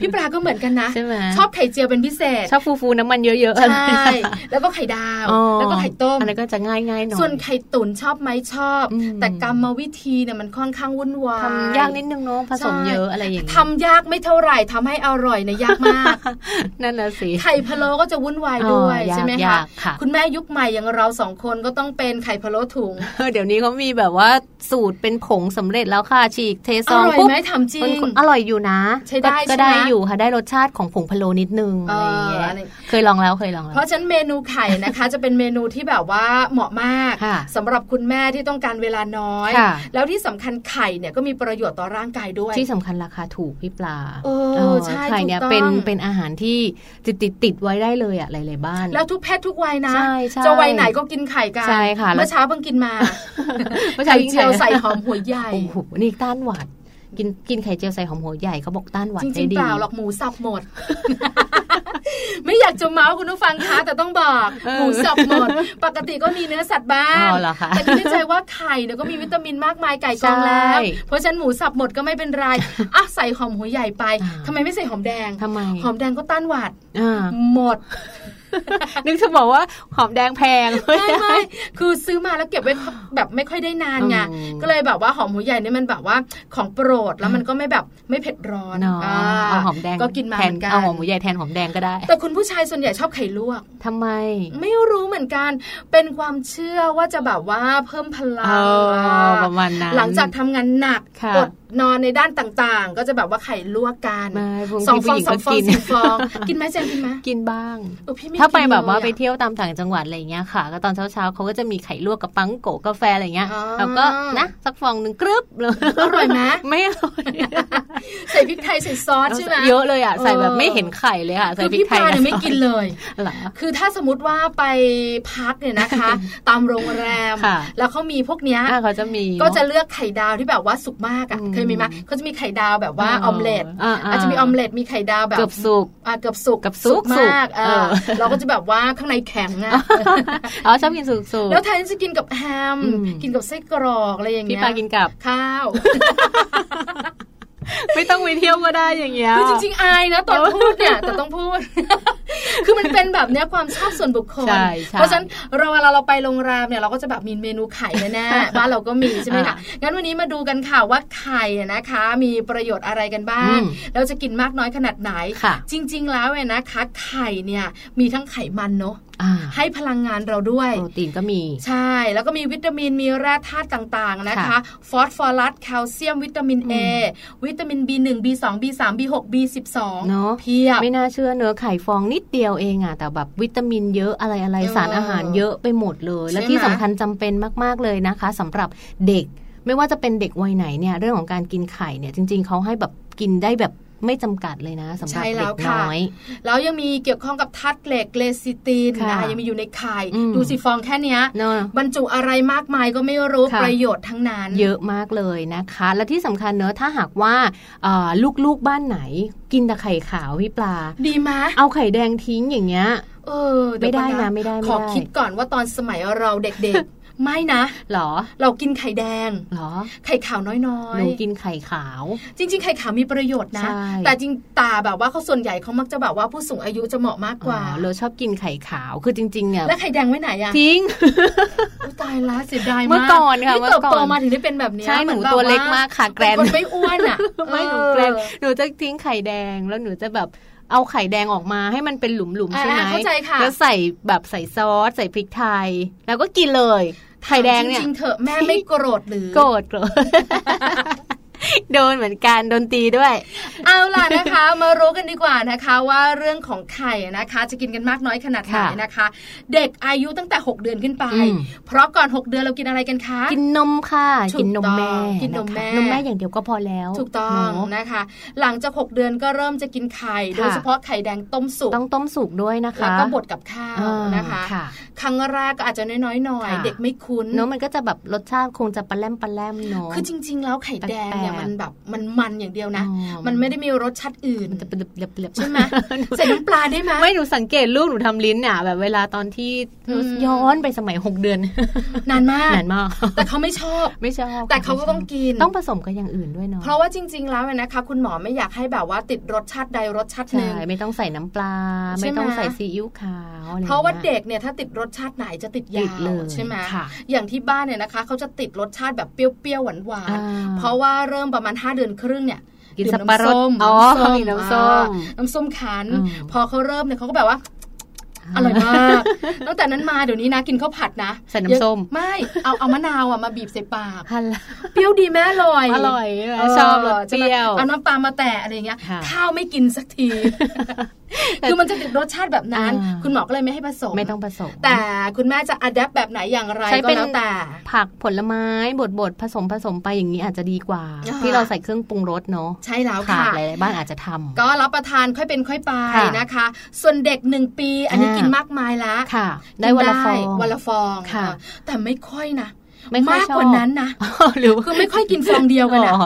[SPEAKER 3] พี่ปลาก็เหมือนกันนะ
[SPEAKER 2] ใช่ไหม
[SPEAKER 3] ชอบไข่เจียวเป็นพิเศษ
[SPEAKER 2] ชอบฟูๆน้ำมันเยอะๆ
[SPEAKER 3] ใช
[SPEAKER 2] อะไร
[SPEAKER 3] ่ แล้วก็ไข่ดาว
[SPEAKER 2] อ๋อ
[SPEAKER 3] แล้วก็ไข่ต้ม
[SPEAKER 2] อันนั้นก็จะง่ายๆหน่อย
[SPEAKER 3] ส่วนไข่ตุ๋นชอบไหมชอบ
[SPEAKER 2] อืม
[SPEAKER 3] แต่กรรมวิธีเนี่ยมันค่อนข้างวุ่นวาย
[SPEAKER 2] ทำยากนิดนึงเนาะผสมเยอะอะไรอย่างนี้
[SPEAKER 3] ทำยากไม่เท่าไหร่ทำให้อร่อยเนี่ยยากมาก
[SPEAKER 2] นั่นน่ะสิ
[SPEAKER 3] ไข่พะโล้ก็จะวุ่นวายด้วย
[SPEAKER 2] อ๋อยาก
[SPEAKER 3] ใช่ไหม
[SPEAKER 2] ยา
[SPEAKER 3] คะ
[SPEAKER 2] กค่ะ
[SPEAKER 3] ณแม่ยุคใหม่อย่างเราสองคนก็ต้องเป็นไข่พะโล้ถุง
[SPEAKER 2] เออเดี๋ยวนี้เขามีแบบว่าสูตรเป็นผงสำเร็จแล้วค่ะ ฉีกเทซ
[SPEAKER 3] อ
[SPEAKER 2] อง
[SPEAKER 3] ร่อย
[SPEAKER 2] ปุ๊บ
[SPEAKER 3] ไหมถามจริ
[SPEAKER 2] มัน
[SPEAKER 3] ง
[SPEAKER 2] ก็อร่อยอยู่นะ
[SPEAKER 3] ใช้ได้
[SPEAKER 2] ก็ก็
[SPEAKER 3] ใช่ไหม
[SPEAKER 2] ได้อยู่ค่ะได้รสชาติของผงพะโล้นิดนึง
[SPEAKER 3] เอ
[SPEAKER 2] อะไร
[SPEAKER 3] อ
[SPEAKER 2] อย่างเงี้ย
[SPEAKER 3] อะไร
[SPEAKER 2] เคยลองแล้วเคยลองแล้
[SPEAKER 3] เพ
[SPEAKER 2] ว
[SPEAKER 3] ราะฉะนั้นเมนูไข่นะคะ จะเป็นเมนูที่แบบว่าเหมาะมาก
[SPEAKER 2] ค่ะ
[SPEAKER 3] สำหรับคุณแม่ที่ต้องการเวลาน้อย
[SPEAKER 2] ค่ะ
[SPEAKER 3] แล้วที่สำคัญไข่เนี่ยก็มีประโยชน์ต่อร่างกายด้วย
[SPEAKER 2] ที่สำคัญราคาถูกพี่ปลา
[SPEAKER 3] เออใช่
[SPEAKER 2] ไข่เนี่ย
[SPEAKER 3] ถูกต้อง
[SPEAKER 2] เป็นเป็นอาหารที่ติดติดติดไว้ได้เลยอะหลายๆบ้าน
[SPEAKER 3] แล้วทุกเพศทุกวัยนะ
[SPEAKER 2] ใช่ใช่
[SPEAKER 3] จะวัยไหนก็กินไข่กัน
[SPEAKER 2] ใช่ค่ะแล้ว
[SPEAKER 3] เมื่อเช้าเพิ่งกินมา
[SPEAKER 2] เมื่อเช้า
[SPEAKER 3] ไข่
[SPEAKER 2] กินไข่
[SPEAKER 3] เจียวใส่หอมหัวใหญ่
[SPEAKER 2] โอ้โหนี่ต้านหวัด กินกินไข่เจียวใส่หอมหัวใหญ่เขาบอกต้านหวัด
[SPEAKER 3] จ
[SPEAKER 2] ได้
[SPEAKER 3] ริงๆ
[SPEAKER 2] ดี
[SPEAKER 3] เปล่าหรอกหมูสับหมด ไม่อยากจะเมาส์คุณผู้ฟังคะแต่ต้องบอก
[SPEAKER 2] เออ
[SPEAKER 3] หมูสับหมด ปกติก็มีเนื้อสัตว์บ้าง
[SPEAKER 2] อ๋อเหรอคะ
[SPEAKER 3] แต่คิดในใจว่าไข่เนี่ยก็มีวิตามินมากมายไก่กองแล้ว
[SPEAKER 2] ใช่
[SPEAKER 3] เพราะฉะนันหมูสับหมดก็ไม่เป็นไรอ่ะใส่หอมหัวใหญ่ไป
[SPEAKER 2] อ่า
[SPEAKER 3] ทำไมไม่ใส่หอมแดง
[SPEAKER 2] ทำไม
[SPEAKER 3] หอมแดงก็ต้านหวัด
[SPEAKER 2] อ่า
[SPEAKER 3] หมด
[SPEAKER 2] นึกจะบอกว่าหอมแดงแพง
[SPEAKER 3] ไม่ไม่คือซื้อมาแล้วเก็บไว้แบบไม่ค่อยได้นานไง
[SPEAKER 2] อืม
[SPEAKER 3] ก็เลยแบบว่าหอมหัวใหญ่เนี่ยมันแบบว่าของโปรดแล้วมันก็ไม่แบบไม่เผ็ดร้อน
[SPEAKER 2] เนาะ
[SPEAKER 3] อ่า
[SPEAKER 2] เอาหอมแดง
[SPEAKER 3] ก็กินมา
[SPEAKER 2] แทน
[SPEAKER 3] เหมือนกัน
[SPEAKER 2] เอาหอมหมูใหญ่แทนหอมแดงก็ได้
[SPEAKER 3] แต่คุณผู้ชายส่วนใหญ่ชอบไข่ลวก
[SPEAKER 2] ทำไม
[SPEAKER 3] ไม่รู้เหมือนกัน เป็นความเชื่อว่าจะแบบว่าเพิ่มพลัง
[SPEAKER 2] เออ
[SPEAKER 3] อ่
[SPEAKER 2] ประมาณนั้น
[SPEAKER 3] หลังจากทำงานหนัก
[SPEAKER 2] ค่ะ
[SPEAKER 3] อดนอนในด้านต่างๆ ก็จะแบบว่าไข่ลวกกัน
[SPEAKER 2] ไม่พวก
[SPEAKER 3] สอง
[SPEAKER 2] ที่
[SPEAKER 3] ฟอ
[SPEAKER 2] ผู้
[SPEAKER 3] ง
[SPEAKER 2] หญิงก็กิน
[SPEAKER 3] สามฟองสี่ฟ องกินไหมเจนกินไหม
[SPEAKER 2] กินบ้าง
[SPEAKER 3] เออพี่ม่
[SPEAKER 2] ถ้าไป
[SPEAKER 3] กิน
[SPEAKER 2] แบบว่า
[SPEAKER 3] เลยอะ
[SPEAKER 2] ไปเที่ยวตามต่างจังหวัดอะไรอย่างเงี้ยค่ะ ก็ตอนเช้าๆเขาก็จะมีไข่ลวกกับปังโกะกาแฟอะไรเงี้ย
[SPEAKER 3] อ๋อ
[SPEAKER 2] แล้วก็นะสักฟองหนึ่งกรึบ เลย
[SPEAKER 3] อร่อยไหม
[SPEAKER 2] ไม่อร่อย
[SPEAKER 3] ใส่พริกไทยใส่ซอสใช่ไหม
[SPEAKER 2] เยอะเลยอ่ะใส่แบบไม่เห็นไข่เลยค่ะใส่
[SPEAKER 3] คือ
[SPEAKER 2] พริก
[SPEAKER 3] พี่
[SPEAKER 2] ไท
[SPEAKER 3] ป
[SPEAKER 2] ย
[SPEAKER 3] ลาเนี่ยไม่กินเลย
[SPEAKER 2] เหรอ
[SPEAKER 3] คือถ้าสมมติว่าไปพักเนี่ยนะคะ ตามโรงแรม
[SPEAKER 2] ค่ะ
[SPEAKER 3] แล้วเขามีพวกเนี้ย
[SPEAKER 2] อ่ะเขาจะมี
[SPEAKER 3] ก็จะเลือกไข่ดาวที่แบบว่าสุกมาก
[SPEAKER 2] อื
[SPEAKER 3] อะ่ะ
[SPEAKER 2] ม
[SPEAKER 3] เคยมีไหมเขาจะมีไข่ดาวแบบว่า
[SPEAKER 2] อ๋อ
[SPEAKER 3] ออมเล็ต
[SPEAKER 2] อ่าๆ
[SPEAKER 3] อาจจะมีออมเล็ตมีไข่ดาวแบบ
[SPEAKER 2] เกือบสุ ก
[SPEAKER 3] อ่ะเกือบสุก
[SPEAKER 2] กับสุก
[SPEAKER 3] มาก
[SPEAKER 2] สุก
[SPEAKER 3] เออ
[SPEAKER 2] เออ
[SPEAKER 3] เราก็จะแบบว่าข้างในแข็งอะ
[SPEAKER 2] อ๋อชอบกินสุกๆ
[SPEAKER 3] แล้วแทนที่จะกินกับแฮม
[SPEAKER 2] อืม
[SPEAKER 3] กินกับไส้กรอกอะไรอย่าง
[SPEAKER 2] พี่
[SPEAKER 3] เงี้ย
[SPEAKER 2] ปลากินกับ
[SPEAKER 3] ข้าว
[SPEAKER 2] ไม่ต้องไปเที่ยวก็ได้อย่างเงี้ย
[SPEAKER 3] คือจริงๆอายนะตอนพูด เนี่ยแต่ต้องพูด คือมันเป็นแบบเนี้ยความชอบส่วนบุคคล
[SPEAKER 2] ใช่ใช่
[SPEAKER 3] เพราะฉะนั้นเราเวลาเราไปโรงแรมเนี่ยเราก็จะแบบมีเมนูไข่แน่ ๆ บ้านเราก็มีใช่ไหมคะ
[SPEAKER 2] อ่า
[SPEAKER 3] งั้นวันนี้มาดูกันค่ะว่าไข่เนี่ยนะคะ มีประโยชน์อะไรกันบ้าง
[SPEAKER 2] อืม
[SPEAKER 3] เราจะกินมากน้อยขนาดไหน
[SPEAKER 2] ค่ะ
[SPEAKER 3] จริง ๆ แล้วเนี่ยนะคะ ไข่เนี่ยมีทั้งไขมันเนาะ
[SPEAKER 2] อ่า
[SPEAKER 3] ให้พลังงานเราด้วย
[SPEAKER 2] โปรตีนก็มี
[SPEAKER 3] ใช่ แล้วก็มีวิตามิน มีแร่ธาตุต่าง ๆ นะคะ
[SPEAKER 2] ค่ะ
[SPEAKER 3] ฟอสฟอรัส แคลเซียม วิตามิน A วิตามิน B1 B2 B3 B6 B12
[SPEAKER 2] เนอะ
[SPEAKER 3] เพียบ
[SPEAKER 2] ไม่น่าเชื่อเนื้อะไข่ฟองนิดเดียวเองอะแต่แบบวิตามินเยอะอะไรอะไร
[SPEAKER 3] เออ
[SPEAKER 2] สารอาหารเยอะไปหมดเลย และ
[SPEAKER 3] ใช่ไหม
[SPEAKER 2] ที่สำคัญจำเป็นมากๆเลยนะคะสำหรับเด็กไม่ว่าจะเป็นเด็กวัยไหนเนี่ยเรื่องของการกินไข่เนี่ยจริง ๆเขาให้แบบกินได้แบบไม่จำกัดเลยนะสำหรับ
[SPEAKER 3] ใช่แล้
[SPEAKER 2] เด็
[SPEAKER 3] ว
[SPEAKER 2] ก
[SPEAKER 3] ค่ะ
[SPEAKER 2] น้อย
[SPEAKER 3] แล้วยังมีเกี่ยวข้องกับธาตุเหล็กเลซิติน
[SPEAKER 2] ค่ะ
[SPEAKER 3] อ่ะยังมีอยู่ในไข่
[SPEAKER 2] อืม
[SPEAKER 3] ดูสิฟองแค่เนี้ย
[SPEAKER 2] เนาะ
[SPEAKER 3] บรรจุอะไรมากมายก็ไม่รู้
[SPEAKER 2] ค่ะ
[SPEAKER 3] ประโยชน์ทั้งนั้น
[SPEAKER 2] เยอะมากเลยนะคะ และที่สำคัญเนอะถ้าหากว่าเอ่อลูกๆบ้านไหน กินแต่ไข่ขาวพี่ปลา
[SPEAKER 3] ดีมะ
[SPEAKER 2] เอาไข่แดงทิ้งอย่างเงี้ย
[SPEAKER 3] เออเยวก่อ
[SPEAKER 2] ไม่ได้นะไม่ได้ไม่
[SPEAKER 3] ขอ
[SPEAKER 2] ได้
[SPEAKER 3] คิดก่อนว่าตอนสมัยเราเด็กๆ ไม่นะ
[SPEAKER 2] หรอ
[SPEAKER 3] เรากินไข่แดง
[SPEAKER 2] หรอ
[SPEAKER 3] ไข่ขาวน้อย
[SPEAKER 2] ห
[SPEAKER 3] ๆ
[SPEAKER 2] นูกินไข่ขาว
[SPEAKER 3] จริงๆ ไข่ขาวมีประโยชน์นะ
[SPEAKER 2] ใช่
[SPEAKER 3] แต่จริงตาแบบว่าเขาส่วนใหญ่เขามักจะแบบว่าผู้สูงอายุจะเหมาะมากกว่า
[SPEAKER 2] อ๋อเราชอบกินไข่ขาวคือจริงๆเนี่ย
[SPEAKER 3] แล้วไข่แดงไว้ไหนอะ
[SPEAKER 2] ทิ้ง
[SPEAKER 3] อุ๊ยตายละเสียดายมาก
[SPEAKER 2] เมื่อก่อนค่ะ
[SPEAKER 3] ที่
[SPEAKER 2] เมื่อ
[SPEAKER 3] เติบ
[SPEAKER 2] ก่อน
[SPEAKER 3] โตมาถึงได้เป็นแบบเนี้ย
[SPEAKER 2] ใช่หนู
[SPEAKER 3] เมือแบบ
[SPEAKER 2] ตัวเล็กมากค่ะแกรน
[SPEAKER 3] เป็นคน ไม่อ้วนอะ
[SPEAKER 2] ไม่หนู
[SPEAKER 3] เออ
[SPEAKER 2] แกรนหนูจะทิ้งไข่แดงแล้วหนูจะแบบเอาไข่แดงออกมาให้มันเป็นหลุมๆ
[SPEAKER 3] อ่า
[SPEAKER 2] ใช่ไหม
[SPEAKER 3] เข้าใจค่ะ
[SPEAKER 2] แล้วใส่แบบใส่ซอสใส่พริกไทย แล้วก็กินเลยไข่แดงเนี่ย
[SPEAKER 3] จริงๆเถอะแม่ไม่โกรธหรือ
[SPEAKER 2] โกรธโกรธ โดนเหมือนกันโดนตีด้วย
[SPEAKER 3] เอาล่ะนะคะ มารู้กันดีกว่านะคะว่าเรื่องของไข่นะคะ จะกินกันมากน้อยขนาดไหน
[SPEAKER 2] ค่ะ
[SPEAKER 3] นะคะ เด็กอายุตั้งแต่ 6 เดือนขึ้นไป
[SPEAKER 2] อืม
[SPEAKER 3] เพราะก่อน 6 เดือนเรากินอะไรกันคะ
[SPEAKER 2] กินนมค่ะ
[SPEAKER 3] ถูก
[SPEAKER 2] กินนมแม่
[SPEAKER 3] ต้องกินนมแม่
[SPEAKER 2] ะคะนมแม่อย่างเดียวก็พอแล้ว
[SPEAKER 3] ถูกต้อง
[SPEAKER 2] เนอะ
[SPEAKER 3] นะคะ หลังจาก 6 เดือนก็เริ่มจะกินไข่
[SPEAKER 2] ค่ะ
[SPEAKER 3] โดยเฉพาะไข่แดงต้มสุก
[SPEAKER 2] ต้องต้มสุกด้วยนะคะ
[SPEAKER 3] แล้วก็บดกับข้าว
[SPEAKER 2] อ่า
[SPEAKER 3] นะคะ
[SPEAKER 2] ค่ะ
[SPEAKER 3] ครั้งแรกก็อาจจะน้อยๆหน่อย
[SPEAKER 2] ค่ะ
[SPEAKER 3] เด็กไม่คุ้น
[SPEAKER 2] เนอะมันก็จะแบบรสชาติคงจะปลาแลมปลาแลมเนอะ
[SPEAKER 3] คือจริง ๆ แล้วไข่แดงเนี่ย
[SPEAKER 2] แปลกๆ
[SPEAKER 3] มันแบบมันมันอย่างเดียวนะ
[SPEAKER 2] อ๋อ
[SPEAKER 3] มันไม่ได้มีรสชาติอื่น
[SPEAKER 2] มันจะเป็นเล็บๆ
[SPEAKER 3] ใช่ไหม
[SPEAKER 2] นู
[SPEAKER 3] ใส่น้ำปลาได้ไหม
[SPEAKER 2] ไม่หนูสังเกตลูกหนูทำลิ้นอ่ะแบบเวลาตอนที่
[SPEAKER 3] อืม
[SPEAKER 2] ย้อนไปสมัยหกเดือน
[SPEAKER 3] นานมาก
[SPEAKER 2] นานมาก
[SPEAKER 3] แต่เขาไม่ชอบ
[SPEAKER 2] ไม่ชอบ
[SPEAKER 3] แต่เขาก็ต้องกิน
[SPEAKER 2] ต้องผสมกับอย่างอื่นด้วยเนาะ
[SPEAKER 3] เพราะว่าจริง ๆ แล้วเนี่ยนะคะ คุณหมอไม่อยากให้แบบว่าติดรสชาติใดรสชาติห
[SPEAKER 2] ใช่
[SPEAKER 3] นึ่ง
[SPEAKER 2] ไม่ต้องใส่น้ำปลา
[SPEAKER 3] ใช่ไหม
[SPEAKER 2] ไม่ต้องใส่ซีอิ๊วขาวอไอย่งงี้ย
[SPEAKER 3] เพราะว่าเด็กเนี่ยถ้าติดรสชาติไหนจะติด
[SPEAKER 2] ติ
[SPEAKER 3] ยา
[SPEAKER 2] ดเล
[SPEAKER 3] วยใช่ไหม
[SPEAKER 2] ค่ะ
[SPEAKER 3] อย่างที่บ้านเนี่ยนะคะเขาจะติดรสชาติแบบเปรี้ยวๆหวาน
[SPEAKER 2] อ่า
[SPEAKER 3] ๆเพราะว่าเริ่มประมาณ 5 เดือนครึ่งเนี่ย
[SPEAKER 2] กิน
[SPEAKER 3] ดื่ม
[SPEAKER 2] สับปะรด
[SPEAKER 3] น้ำส้ม
[SPEAKER 2] อ๋อ
[SPEAKER 3] น้ำส้ม
[SPEAKER 2] มีน้ำส้ม
[SPEAKER 3] อ่าน้ำส้มคั้น
[SPEAKER 2] อืม
[SPEAKER 3] พอเขาเริ่มเนี่ยเขาก็แบบว่าอร่อยมากตั้งแต่นั้นมาเดี๋ยวนี้นะกินข้าวผัดนะ
[SPEAKER 2] ใส่น้ำส้ม
[SPEAKER 3] เยอะไม่เอาเอามะนาวอ่ะมาบีบใส่ปาก
[SPEAKER 2] ฮัลโหล
[SPEAKER 3] เปรี้ยวดีแม่อร่อย
[SPEAKER 2] อร่อยชอบรสเปรี้ยว
[SPEAKER 3] ใช่ไหมเอาน้ำปลามาแตะอะไรอย่างเงี้ย
[SPEAKER 2] ค่ะ
[SPEAKER 3] ข้าวไม่กินสักที คือมันจะติดรสชาติแบบนั้น
[SPEAKER 2] อ่า
[SPEAKER 3] คุณหมอก็เลยไม่ให้ผสม
[SPEAKER 2] ไม่ต้องผสม
[SPEAKER 3] แต่คุณแม่จะอัดแอปแบบไหนอย่างไร
[SPEAKER 2] ใช้
[SPEAKER 3] ก็
[SPEAKER 2] เป็น
[SPEAKER 3] แล้วแต่
[SPEAKER 2] ผักผลไม้บดบดผสมผสมไปอย่างนี้อาจจะดีกว่า
[SPEAKER 3] อ่า
[SPEAKER 2] ที่เราใส่เครื่องปรุงรสเนาะ
[SPEAKER 3] ใช่แล้ว
[SPEAKER 2] ค่ะ
[SPEAKER 3] ค่ะ
[SPEAKER 2] หลายๆบ้านอาจจะทำ
[SPEAKER 3] ก็รับประทานค่อยเป็นค่อยไป
[SPEAKER 2] ค่ะ
[SPEAKER 3] นะคะ ส่วนเด็กหนึ่งปี อันนี้
[SPEAKER 2] อ่า
[SPEAKER 3] กินมากมายละ
[SPEAKER 2] ค่ะ ได้วันละฟอง
[SPEAKER 3] วันละฟอง
[SPEAKER 2] ค่ะ
[SPEAKER 3] แต่ไม่ค่อยนะ
[SPEAKER 2] ไม่ค่อย
[SPEAKER 3] มาก
[SPEAKER 2] ชอบ
[SPEAKER 3] กว่านั้นนะ
[SPEAKER 2] หรือว่า
[SPEAKER 3] คือไม่ค่อยกินฟองเดียวกันนะ
[SPEAKER 2] อ๋อ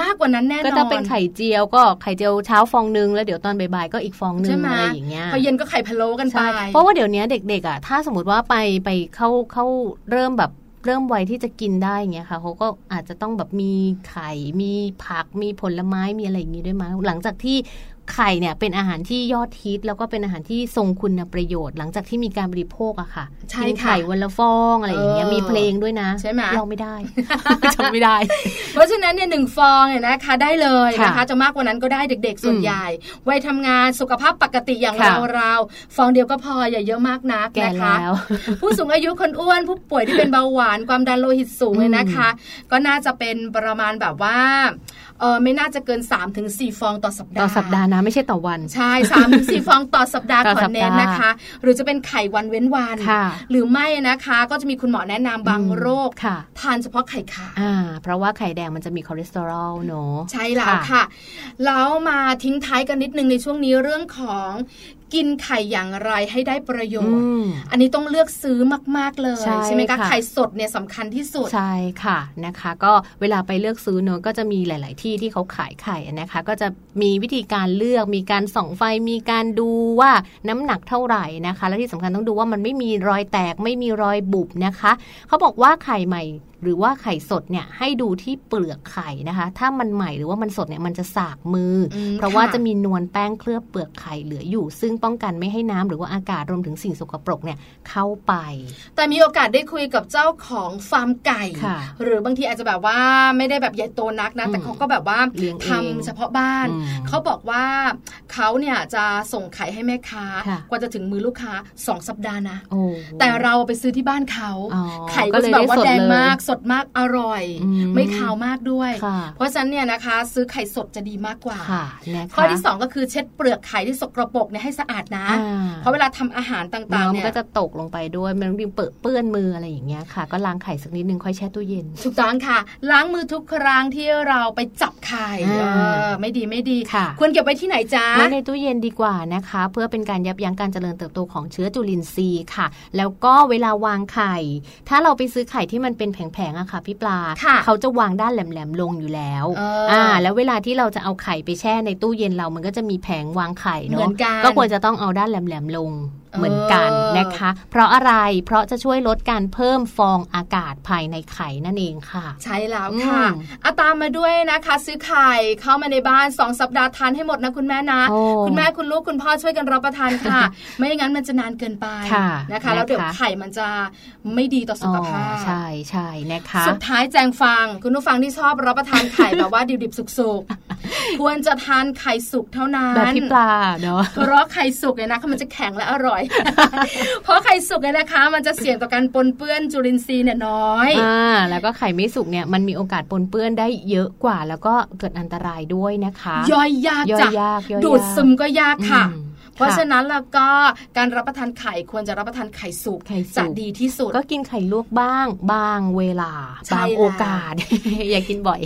[SPEAKER 3] มากกว่านั้นแน่นอน
[SPEAKER 2] ก็ถ้าเป็นไข่เจียวก็ไข่เจียวเช้าฟองนึงแล้วเดี๋ยวตอนบ่ายๆก็อีกฟองนึ
[SPEAKER 3] ใช่
[SPEAKER 2] ง
[SPEAKER 3] ไหม
[SPEAKER 2] อะไรอย่างเงี้ย
[SPEAKER 3] พอเย็นก็ไข่พะโล้กันไป
[SPEAKER 2] ใช่เพราะว่าเดี๋ยวนี้เด็กๆอ่ะถ้าสมมติว่าไปไปเข้าเข้าเริ่มแบบเริ่มวัยที่จะกินได้อย่างเงี้ยค่ะเขาก็อาจจะต้องแบบมีไข่มีผักมีผลไม้มีอะไรอย่างงี้ด้วยมั้ยหลังจากที่ไข่เนี่ยเป็นอาหารที่ยอดฮิตแล้วก็เป็นอาหารที่ทรงคุณประโยชน์ หลังจากที่มีการบริโภคอะค่ะ
[SPEAKER 3] ใช่
[SPEAKER 2] กินไข่
[SPEAKER 3] ค่ะ
[SPEAKER 2] วันละฟองอะไรอย่างเงี้ย
[SPEAKER 3] เออ
[SPEAKER 2] มีเพลงด้วยนะ
[SPEAKER 3] ใช่ไหม
[SPEAKER 2] เราไม่ได้ จำไม่ได้
[SPEAKER 3] เพราะฉะนั้นเนี่ยหนึ่งฟองเนี่ยนะคะได้เลยนะคะ
[SPEAKER 2] ค่ะ
[SPEAKER 3] จะมากกว่านั้นก็ได้เด็กๆส่วน
[SPEAKER 2] อืม
[SPEAKER 3] ใหญ่วัยทำงานสุขภาพปกติอย่าง
[SPEAKER 2] ค่ะ
[SPEAKER 3] เราเราๆฟองเดียวก็พออย่าเยอะมากนัก
[SPEAKER 2] แก่
[SPEAKER 3] นะคะ
[SPEAKER 2] แล้ว
[SPEAKER 3] ผู้สูงอายุคนอ้วนผู้ป่วยที่เป็นเบาหวานความดันโลหิตสูง
[SPEAKER 2] อืม
[SPEAKER 3] เลยนะคะ ก็น่าจะเป็นประมาณแบบว่าเออไม่น่าจะเกิน3าถึงสฟองต่อสัปดาห์
[SPEAKER 2] ต่อสัปดาห์นะไม่ใช่ต่อวัน
[SPEAKER 3] ใช่สามถึงสฟองต่อสัปดาห์
[SPEAKER 2] ต่อ
[SPEAKER 3] ขอ
[SPEAKER 2] สัปดาห์
[SPEAKER 3] เน้นนะคะ หรือจะเป็นไข่วันเว้นวัน
[SPEAKER 2] ค่ะ
[SPEAKER 3] หรือไม่นะคะ ก็จะมีคุณหมอแนะนำบางโรค
[SPEAKER 2] ค่ะ
[SPEAKER 3] ทานเฉพาะไข่ขาว
[SPEAKER 2] อ่า เพราะว่าไข่แดงมันจะมีคอเลสเตอรอลเนอะ
[SPEAKER 3] ใช่แล้วค่ะ แล้วมาทิ้งท้ายกันนิดนึงในช่วงนี้เรื่องของกินไข่อย่างไรให้ได้ประโย
[SPEAKER 2] อื
[SPEAKER 3] ชน์
[SPEAKER 2] ม
[SPEAKER 3] อันนี้ต้องเลือกซื้อมาก ๆ เลย
[SPEAKER 2] ใช่
[SPEAKER 3] ไหมคะ
[SPEAKER 2] ค่ะ
[SPEAKER 3] ไข่สดเนี่ยสำคัญที่สุด
[SPEAKER 2] ใช่ค่ะนะคะ ก็เวลาไปเลือกซื้อเนอะก็จะมีหลาย ๆ ที่ที่เขาขายไข่นะคะ ก็จะมีวิธีการเลือกมีการส่องไฟมีการดูว่าน้ำหนักเท่าไหร่นะคะ และที่สำคัญต้องดูว่ามันไม่มีรอยแตกไม่มีรอยบุบนะคะ เขาบอกว่าไข่ใหม่ หรือว่าไข่สดเนี่ยให้ดูที่เปลือกไข่นะคะ ถ้ามันใหม่หรือว่ามันสดเนี่ยมันจะสากมืออ
[SPEAKER 3] ม
[SPEAKER 2] เพราะว่า
[SPEAKER 3] ค่ะ
[SPEAKER 2] จะมีนวลแป้งเคลือบเปลือกไข่เหลืออยู่ ซึ่งป้องกันไม่ให้น้ำหรือว่าอากาศรวมถึงสิ่งสกปรกเนี่ยเข้าไป
[SPEAKER 3] แต่มีโอกาสได้คุยกับเจ้าของฟาร์มไก่
[SPEAKER 2] ค่ะ
[SPEAKER 3] หรือบางทีอาจจะแบบว่าไม่ได้แบบใหญ่โตนักนะ
[SPEAKER 2] อืม
[SPEAKER 3] แต่เขาก็แบบว่า
[SPEAKER 2] เลี้ยงเอง
[SPEAKER 3] ทำเฉพาะบ้าน
[SPEAKER 2] อืม
[SPEAKER 3] เขาบอกว่าเขาเนี่ยจะส่งไข่ให้แม่ค้า
[SPEAKER 2] ค่ะ
[SPEAKER 3] กว่าจะถึงมือลูกค้า 2 สัปดาห์นะ
[SPEAKER 2] โอ้
[SPEAKER 3] แต่เราไปซื้อที่บ้านเขา
[SPEAKER 2] อ๋อ
[SPEAKER 3] ไข่ก็จะแบบว่า
[SPEAKER 2] ก็เลยได้ส
[SPEAKER 3] แด
[SPEAKER 2] ด
[SPEAKER 3] งมาก
[SPEAKER 2] เลย
[SPEAKER 3] สดมากอร่อย
[SPEAKER 2] อืม
[SPEAKER 3] ไม่ขาวมากด้วย
[SPEAKER 2] ค่ะ
[SPEAKER 3] เพราะฉะนั้นเนี่ยนะคะ ซื้อไข่สดจะดีมากกว่า
[SPEAKER 2] ค่ะนะคะ
[SPEAKER 3] ข้อที่ 2 ก็คือเช็ดเปลือกไข่ที่สกรปรกเนี่ยให้สะอาดนะ
[SPEAKER 2] อ่า
[SPEAKER 3] เพราะเวลาทำอาหารต่างๆ
[SPEAKER 2] น้ำมั
[SPEAKER 3] เนี่
[SPEAKER 2] น
[SPEAKER 3] ย
[SPEAKER 2] ก็จะตกลงไปด้วย มันดิเปื้อนเปื้อนมืออะไรอย่างเงี้ยค่ะ ก็ล้างไข่สักนิดนึงค่อยแช่ตู้เย็น
[SPEAKER 3] ถูกต้องค่ะ ล้างมือทุกครั้งที่เราไปจับไข่
[SPEAKER 2] อ่า
[SPEAKER 3] เออไม่ดีไม่ดี
[SPEAKER 2] ค่ะ
[SPEAKER 3] ควรเก็บไว้ที่ไหนจ๊ะ
[SPEAKER 2] ไว้ในตู้เย็นดีกว่านะคะ เพื่อเป็นการยับยั้งการเจริญเติบโตของเชื้อจุลินทรีย์ค่ะ แล้วก็เวลาวางไข่ ถ้าเราไปซื้อไข่ที่มันเป็นแผงๆอะค่ะพี่ปลา
[SPEAKER 3] ค่ะ
[SPEAKER 2] เขาจะวางด้านแหลมๆลงอยู่แล้ว
[SPEAKER 3] เอออ่
[SPEAKER 2] แล้วเวลาที่เราจะเอาไข่ไปแช่ในตู้เย็นเรามันก็จะมีแผงวางไข่เนาะ
[SPEAKER 3] เหมือนกัน
[SPEAKER 2] ก็ควรจะต้องเอาด้านแหลมๆลง
[SPEAKER 3] เออ
[SPEAKER 2] เหมือนกันนะคะ เพราะอะไรเพราะจะช่วยลดการเพิ่มฟองอากาศภายในไข่นั่นเองค่ะ
[SPEAKER 3] ใช่แล้วค่ะ
[SPEAKER 2] อืม
[SPEAKER 3] อะตามมาด้วยนะคะ ซื้อไข่เข้ามาในบ้าน 2 สัปดาห์ทานให้หมดนะคุณแม่นะ
[SPEAKER 2] โอ้
[SPEAKER 3] คุณแม่คุณลูกคุณพ่อช่วยกันรับประทาน ค่ะ ไม่อย่างนั้นมันจะนานเกินไป
[SPEAKER 2] ค่ะ
[SPEAKER 3] นะคะ แล้ว
[SPEAKER 2] นะคะ
[SPEAKER 3] เดี๋ยวไข่มันจะไม่ดีต่อสุขภา
[SPEAKER 2] อ๋อ
[SPEAKER 3] พ
[SPEAKER 2] ใช่ใช่นะคะ
[SPEAKER 3] สุดท้ายแจงฟัง คุณผู้ฟังที่ชอบรับประทานไข่ แบบว่าดิบๆสุกๆ ควรจะทานไข่สุกเท่านั้น
[SPEAKER 2] แบบพี่ปลาเนาะ
[SPEAKER 3] เพราะไข่สุกเนี่ยนะคะมันจะแข็งและอร่อย เพราะไข่สุกเนี่ยนะคะ มันจะเสี่ยงต่อการปนเปื้อนจุลินทรีย์เนี่ยน้อย
[SPEAKER 2] อ่าแล้วก็ไข่ไม่สุกเนี่ยมันมีโอกาสปนเปื้อนได้เยอะกว่า แล้วก็เกิดอันตรายด้วยนะคะ
[SPEAKER 3] ย่อยยาก
[SPEAKER 2] ย่อย
[SPEAKER 3] จ้ะ
[SPEAKER 2] ยากย่อย
[SPEAKER 3] ดูด
[SPEAKER 2] ยาก
[SPEAKER 3] ซึมก็ยากค่ะ
[SPEAKER 2] อืม
[SPEAKER 3] เพราะ
[SPEAKER 2] ค่ะ
[SPEAKER 3] ฉะนั้นแล้วก็การรับประทานไข่ควรจะรับประทานไข่สุก
[SPEAKER 2] ไข่สุก
[SPEAKER 3] จะดีที่สุด
[SPEAKER 2] ก็กินไข่ลวกบ้าง บางเวลา
[SPEAKER 3] ใช่
[SPEAKER 2] บาง
[SPEAKER 3] แล้ว
[SPEAKER 2] โอกาส อย่ากินบ่อย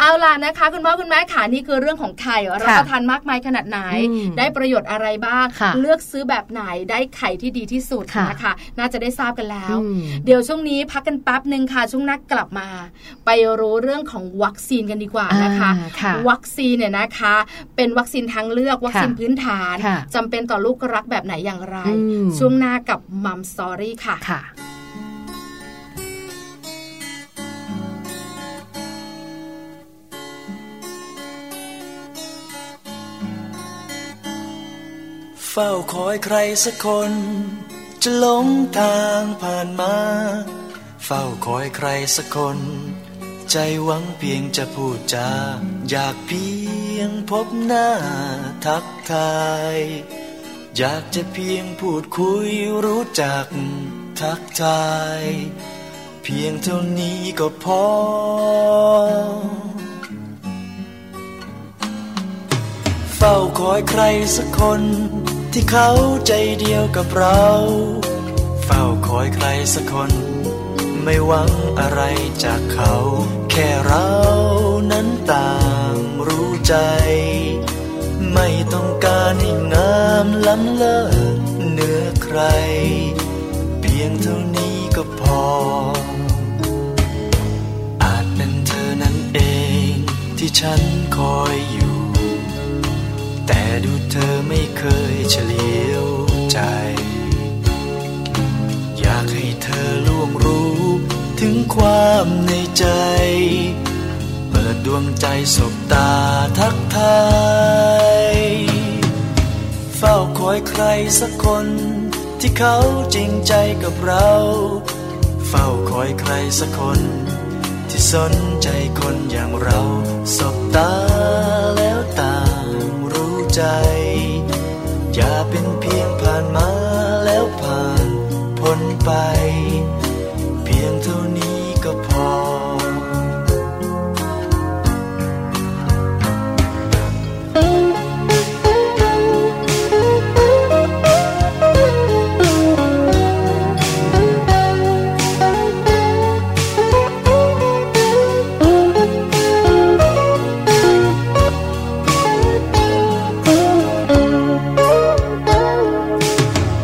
[SPEAKER 3] เอาล่ะนะคะ คุณพ่อคุณแม่ค่ะนี่คือเรื่องของไข่รับประทานมากมายขนาดไหน
[SPEAKER 2] อืม
[SPEAKER 3] ได้ประโยชน์อะไรบ้าง
[SPEAKER 2] ค่ะ
[SPEAKER 3] เลือกซื้อแบบไหนได้ไข่ที่ดีที่สุด
[SPEAKER 2] ค่ะ
[SPEAKER 3] นะคะ น่าจะได้ทราบกันแล้ว
[SPEAKER 2] อืม
[SPEAKER 3] เดี๋ยวช่วงนี้พักกันแป๊บหนึ่งค่ะ ช่วงหนักกลับมา ไปรู้เรื่องของวัคซีนกันดีกว่านะคะ
[SPEAKER 2] อ่าค่ะ
[SPEAKER 3] วัคซีนเนี่ยนะคะ เป็นวัคซีนทางเลือกวัคซีน
[SPEAKER 2] ค่ะ
[SPEAKER 3] พื้นฐาน
[SPEAKER 2] ค่ะ
[SPEAKER 3] จำเป็นต่อลูกรักแบบไหนอย่างไร
[SPEAKER 2] อืม
[SPEAKER 3] ช่วงหน้ากับมัมสอรี่ค่ะ
[SPEAKER 2] ค่ะ
[SPEAKER 5] เฝ้าคอยใครสักคน จะหลงทางผ่านมา เฝ้าคอยใครสักคน ใจหวังเพียงจะพูดจาอยากเพียงพบหน้าทักทาย อยากจะเพียงพูดคุยรู้จักทักทาย เพียงเท่านี้ก็พอ เฝ้าคอยใครสักคน ที่เขาใจเดียวกับเรา เฝ้าคอยใครสักคน ไม่หวังอะไรจากเขา แค่เรานั้นต่างรู้ใจ ไม่ต้องการให้งามล้ำเลิศเหนือใคร เพียงเท่านี้ก็พอ อาจเป็นเธอนั้นเอง ที่ฉันคอยอยู่ แต่ดูเธอไม่เคยเฉลียวใจ อยากให้เธอล่วงรู้ถึงความในใจ เปิดดวงใจสบตาทักทาย เฝ้าคอยใครสักคน ที่เขาจริงใจกับเรา เฝ้าคอยใครสักคน ที่สนใจคนอย่างเราสบตาแล้วต่างรู้ใจ อย่าเป็นเพียงผ่านมาแล้วผ่านพ้นไป เพียงเท่านี้ก็พอ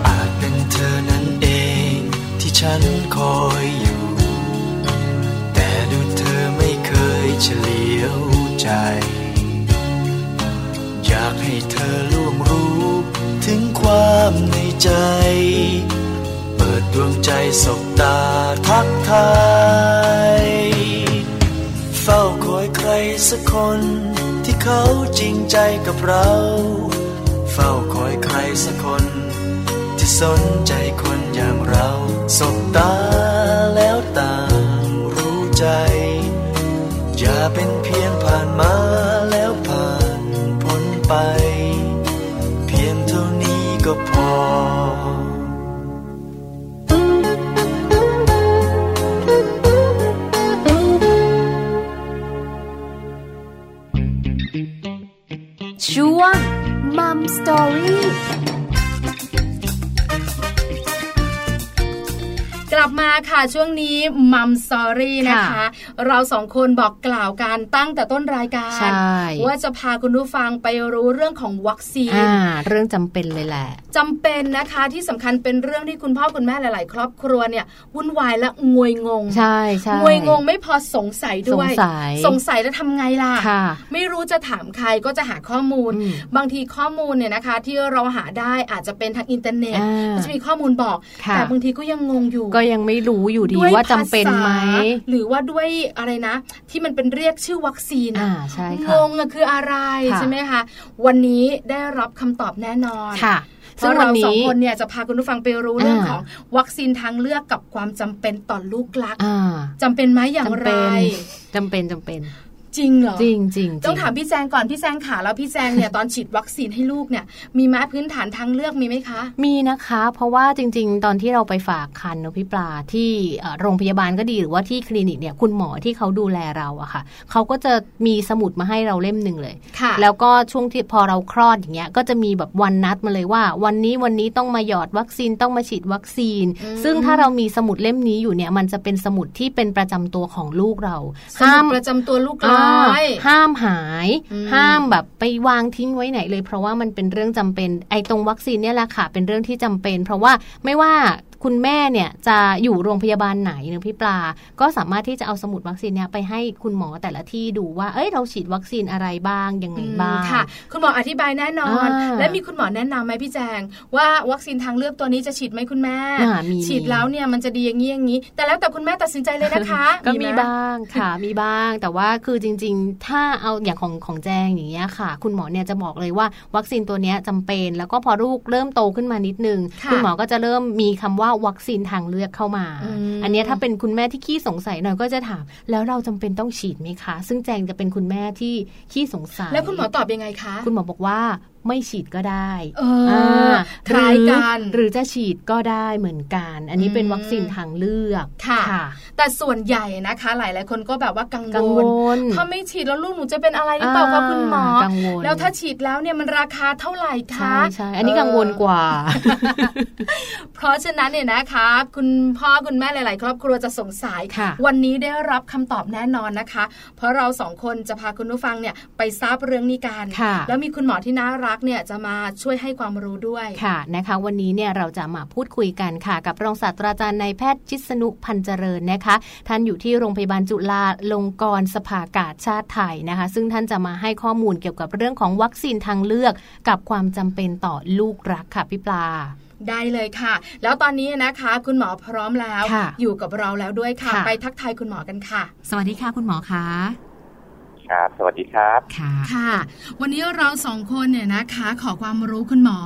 [SPEAKER 5] อาจเป็นเธอนั้นเองที่ฉันคอยอยู่ แต่ดูเธอไม่เคยเฉลียวใจ อยากให้เธอล่วงรู้ถึงความในใจ เปิด
[SPEAKER 4] ดวงใจสบตาทักทายเฝ้าคอยใครสักคนที่เขาจริงใจกับเรา เฝ้าคอยใครสักคน ที่สนใจคนอย่างเราสบตาแล้วต่างรู้ใจ อย่าเป็นเพียงผ่านมาแล้วผ่านพ้นไป เพียงเท่านี้ก็พอ
[SPEAKER 6] ช่วงมัมสตอรี่
[SPEAKER 3] กลับมาค่ะช่วงนี้มัมสอรี่นะคะ
[SPEAKER 2] ค่ะ
[SPEAKER 3] เราสองคนบอกกล่าวการตั้งแต่ต้นรายการ
[SPEAKER 2] ใช่
[SPEAKER 3] ว่าจะพาคุณผู้ฟังไปรู้เรื่องของวัคซีน
[SPEAKER 2] อ่า เรื่องจำเป็นเลยแหละ
[SPEAKER 3] จำเป็นนะคะที่สำคัญเป็นเรื่องที่คุณพ่อคุณแม่หลาย ๆ ครอบครัวเนี่ยวุ่นวายและงวยงง
[SPEAKER 2] ใช่ใช่
[SPEAKER 3] งวยงงไม่พอสงสัยด้วย
[SPEAKER 2] สงสัย
[SPEAKER 3] สงสัยแล้วทำไงล่ะ
[SPEAKER 2] ค่ะ
[SPEAKER 3] ไม่รู้จะถามใครก็จะหาข้อมูล
[SPEAKER 2] อืม
[SPEAKER 3] บางทีข้อมูลเนี่ยนะคะ ที่เราหาได้อาจจะเป็นทางอินเทอร์เน็ต
[SPEAKER 2] อ่ามั
[SPEAKER 3] มันจะมีข้อมูลบอก
[SPEAKER 2] ค่ะ
[SPEAKER 3] แต่บางทีก็ยังงงอยู่
[SPEAKER 2] ก็ยังไม่รู้อยู่ดี
[SPEAKER 3] ด้วย
[SPEAKER 2] ว่าจำเป็นไหม
[SPEAKER 3] ภาษาหรือว่าด้วยอะไรนะ ที่มันเป็นเรียกชื่อวัคซีน
[SPEAKER 2] อ่า
[SPEAKER 3] อะ
[SPEAKER 2] ใช่
[SPEAKER 3] ง
[SPEAKER 2] ค่ะ
[SPEAKER 3] งอะคืออะไร
[SPEAKER 2] ค่ะ
[SPEAKER 3] ใช่ไหมคะวันนี้ได้รับคำตอบแน่นอน
[SPEAKER 2] ค่ะ
[SPEAKER 3] เพ
[SPEAKER 2] ซึ่ง
[SPEAKER 3] ราะ
[SPEAKER 2] วัน
[SPEAKER 3] เราสอ
[SPEAKER 2] นี้
[SPEAKER 3] งคนเนี่ยจะพาคุณผู้ฟังไปรู้เรื่อง
[SPEAKER 2] อ่า
[SPEAKER 3] ของวัคซีนทางเลือกกับความจำเป็นต่อลูกรัก
[SPEAKER 2] อ่า
[SPEAKER 3] จำเป็นไหมอย่าง
[SPEAKER 2] จำ
[SPEAKER 3] ไร
[SPEAKER 2] เป็นจำเป็นจำเป็น
[SPEAKER 3] จริงเหรอ
[SPEAKER 2] จริงจริง
[SPEAKER 3] ต้องถา
[SPEAKER 2] จ
[SPEAKER 3] ม
[SPEAKER 2] ริ
[SPEAKER 3] พี่แจงก่อนพี่แจงขาแล้วพี่แจงเนี่ย ตอนฉีดวัคซีนให้ลูกเนี่ย มีไหมพื้นฐานทางเลือกมีไหมคะ
[SPEAKER 2] มีนะคะ เพราะว่าจริง ๆ ตอนที่เราไปฝากคันเนอะพี่ปลาที่เอ่อโรงพยาบาลก็ดีหรือว่าที่คลินิกเนี่ยคุณหมอที่เขาดูแลเราอะค่ะเขาก็จะมีสมุดมาให้เราเล่มหนึ่งเลย
[SPEAKER 3] ค่ะ
[SPEAKER 2] แล้วก็ช่วงที่พอเราคลอดอย่างเงี้ยก็จะมีแบบวันนัดมาเลยว่า วันนี้วันนี้ต้องมาหยอดวัคซีนต้องมาฉีดวัคซีน ซึ่งถ้าเรามีสมุดเล่มนี้อยู่เนี่ยมันจะเป็นสมุดที่เป็นประจำตัวของลูกเรา
[SPEAKER 3] สมุ
[SPEAKER 2] ห้า
[SPEAKER 3] ด
[SPEAKER 2] ม
[SPEAKER 3] ประจำตัวลูกร้อย
[SPEAKER 2] ห้ามหาย
[SPEAKER 3] อืม
[SPEAKER 2] ห้ามแบบไปวางทิ้งไว้ไหนเลย เพราะว่ามันเป็นเรื่องจำเป็น ไอ้ตรงวัคซีนเนี่ยแหละค่ะ เป็นเรื่องที่จำเป็น เพราะว่าไม่ว่าคุณแม่เนี่ยจะอยู่โรงพยาบาลไหนเนะพี่ปลา ก็สามารถที่จะเอาสมุดวัคซีนเนี่ยไปให้คุณหมอแต่ละที่ดูว่า เอ้ยเราฉีดวัคซีนอะไรบ้าง ยังไงบ้าง
[SPEAKER 3] ค่ะ คุณหมออธิบายแน่นอน
[SPEAKER 2] อ่า
[SPEAKER 3] และมีคุณหมอแนะนำไหมพี่แจง ว่าวัคซีนทางเลือกตัวนี้จะฉีดไหมคุณแม่
[SPEAKER 2] อ่ามี
[SPEAKER 3] ฉีดแล้วเนี่ยมันจะดีอย่างนี้อย่างนี้ แต่แล้วแต่คุณแม่ตัดสินใจเลยนะคะ
[SPEAKER 2] ก็
[SPEAKER 3] ไห
[SPEAKER 2] มีบ้าง ค่ะ มีบ้าง แต่ว่าคือจริง ๆ ถ้าเอาอย่างของของแจงอย่างเงี้ยค่ะ คุณหมอเนี่ยจะบอกเลยว่าวัคซีนตัวเนี้ยจำเป็น แล้วก็พอลูกเริ่มโตขึ้นมานิดนึง
[SPEAKER 3] ค่ะ
[SPEAKER 2] ณหมอก็จะเริ่มมีคำว่าวัคซีนทางเลือกเข้ามา
[SPEAKER 3] อืม
[SPEAKER 2] อันเนี้ยถ้าเป็นคุณแม่ที่ขี้สงสัยหน่อยก็จะถาม แล้วเราจำเป็นต้องฉีดไหมคะ ซึ่งแจงจะเป็นคุณแม่ที่ขี้สงสัย
[SPEAKER 3] แล้วคุณหมอตอบยังไงคะ
[SPEAKER 2] คุณหมอบอกว่าไม่ฉีดก็ได้
[SPEAKER 3] เออคล้ายกัน
[SPEAKER 2] หรือหรือจะฉีดก็ได้เหมือนกัน อันนี้เป็นวัคซีนทางเลือก
[SPEAKER 3] ค่ะ แต่ส่วนใหญ่นะคะ หลาย ๆ คนก็แบบว่ากังว
[SPEAKER 2] กังว
[SPEAKER 3] ล
[SPEAKER 2] ล
[SPEAKER 3] ถ้าไม่ฉีดแล้วลูกหนูจะเป็นอะไรหรือเปล่าคะคุณหมอ
[SPEAKER 2] กังวล
[SPEAKER 3] แล้วถ้าฉีดแล้วเนี่ยมันราคาเท่าไหร่คะ
[SPEAKER 2] ใช่ใช่อันนี้กังวลก ว่า
[SPEAKER 3] เพราะฉะนั้นเนี่ยนะคะ คุณพ่อคุณแม่หลาย ๆ ครอบครัวจะสงสัย
[SPEAKER 2] ค่ะ
[SPEAKER 3] วันนี้ได้รับคำตอบแน่นอนนะคะ เพราะเราสองคนจะพาคุณผู้ฟังเนี่ยไปทราบเรื่องนี้กัน
[SPEAKER 2] ค่ะ
[SPEAKER 3] แล้วมีคุณหมอที่น่ารักเนี่ยจะมาช่วยให้ความรู้ด้วย
[SPEAKER 2] ค่ะนะคะ วันนี้เนี่ยเราจะมาพูดคุยกันค่ะ กับรองศาสตราจารย์นายแพทย์ชิสนุพันเจริญนะคะ ท่านอยู่ที่โรงพยาบาลจุฬาลงกรณ์สภากาชาติไทยนะคะ ซึ่งท่านจะมาให้ข้อมูลเกี่ยวกับเรื่องของวัคซีนทางเลือก กับความจำเป็นต่อลูกรักค่ะพี่ปลา
[SPEAKER 3] ได้เลยค่ะ แล้วตอนนี้นะคะ คุณหมอพร้อมแล้ว
[SPEAKER 2] ค่ะ
[SPEAKER 3] อยู่กับเราแล้วด้วยค่ะ
[SPEAKER 2] ค่ะ
[SPEAKER 3] ไปทักทายคุณหมอกันค่ะ
[SPEAKER 2] สวัสดีค่ะคุณหมอคะ
[SPEAKER 7] ครับ สวัสดีครับ
[SPEAKER 2] ค่ะ
[SPEAKER 3] ค่ะ วันนี้เราสองคนเนี่ยนะคะ ขอความรู้คุณหมอ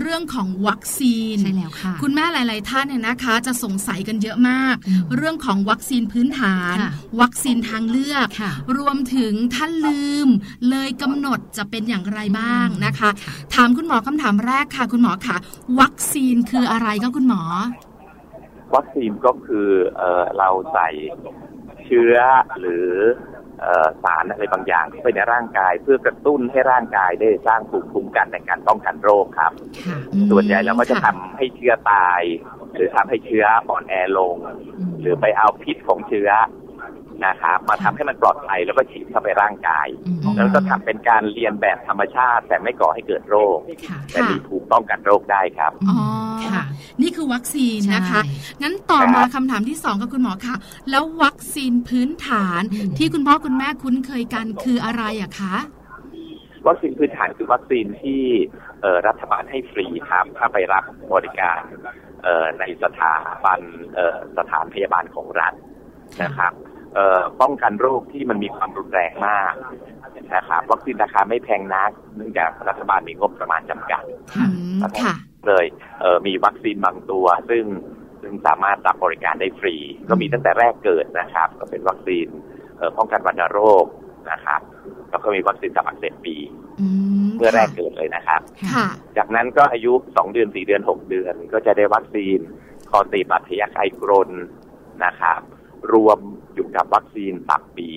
[SPEAKER 3] เรื่องของวัคซีน
[SPEAKER 2] ใช่แล้วค่ะ
[SPEAKER 3] คุณแม่หลาย ๆ ท่านเนี่ยนะคะ จะสงสัยกันเยอะมาก
[SPEAKER 2] อืม
[SPEAKER 3] เรื่องของวัคซีนพื้นฐาน
[SPEAKER 2] ค่ะ
[SPEAKER 3] วัคซีนทางเลือก
[SPEAKER 2] ค่ะ
[SPEAKER 3] รวมถึงท่านลืม เลยกำหนดจะเป็นอย่างไรบ้างนะคะ ถามคุณหมอคำถามแรกค่ะ คุณหมอค่ะ วัคซีนคืออะไรคะคุณหมอ
[SPEAKER 7] วัคซีนก็คือเอ่อเราใส่เชื้อหรือเอ่อสารอะไรบางอย่างเข้าไปในร่างกาย เพื่อกระตุ้นให้ร่างกายได้สร้างภูมิคุ้มกันในการป้องกันโรคครับ
[SPEAKER 2] ค่ะ
[SPEAKER 3] อืม
[SPEAKER 7] ส่วนใหญ่เราก็จะ
[SPEAKER 3] ค่
[SPEAKER 7] ทำให้เชื้อตาย หรือทำให้เชื้ออ่อนแอลง หรือไปเอาพิษของเชื้อนะครับมาทำให้มันปลอดภัยแล้วก็ฉีดเข้าไปร่างกาย แล้วก็ทำเป็นการเรียนแบบธรรมชาติ แต่ไม่ก่อให้เกิดโรค
[SPEAKER 2] ค่ะ
[SPEAKER 7] แต่มีภูมิป้องกันโรคได้ครับ
[SPEAKER 3] อ๋อนี่คือวัคซีนนะคะ งั้นต่อมาคำถามที่2กับคุณหมอค่ะ แล้ววัคซีนพื้นฐานที่คุณพ่อคุณแม่คุ้นเคยกันคืออะไรอะคะ
[SPEAKER 7] วัคซีนพื้นฐานคือวัคซีนที่เอ่อรัฐบาลให้ฟรีครับถ้าไปรับบริการเอ่อในสถาบันเอ่อสถานพยาบาลของรัฐนะครับเอ่อป้องกันโรคที่มันมีความรุนแรงมากนะครับวัคซีนราคาไม่แพงนัก เนื่องจากรัฐบาลมีงบประมาณจำกัด
[SPEAKER 8] อืมค่ะ
[SPEAKER 7] เลยเอ่อมีวัคซีนบางตัว ซึ่งซึ่งสามารถรับบริการได้ฟรี ก็มีตั้งแต่แรกเกิดนะครับ ก็เป็นวัคซีนเอ่อป้องกันวัณโรคนะครับแล้วก็มีวัคซีนตับอักเสบปี
[SPEAKER 8] อืม
[SPEAKER 7] เมื่อแรกเกิดเลยนะครับ
[SPEAKER 8] ค่ะ
[SPEAKER 7] จากนั้นก็อายุ 2 เดือน 4 เดือน 6 เดือน ก็จะได้วัคซีนคอตีบบัตรทะยักไอกรนนะครับ รวมอยู่กับวัคซีนตับปี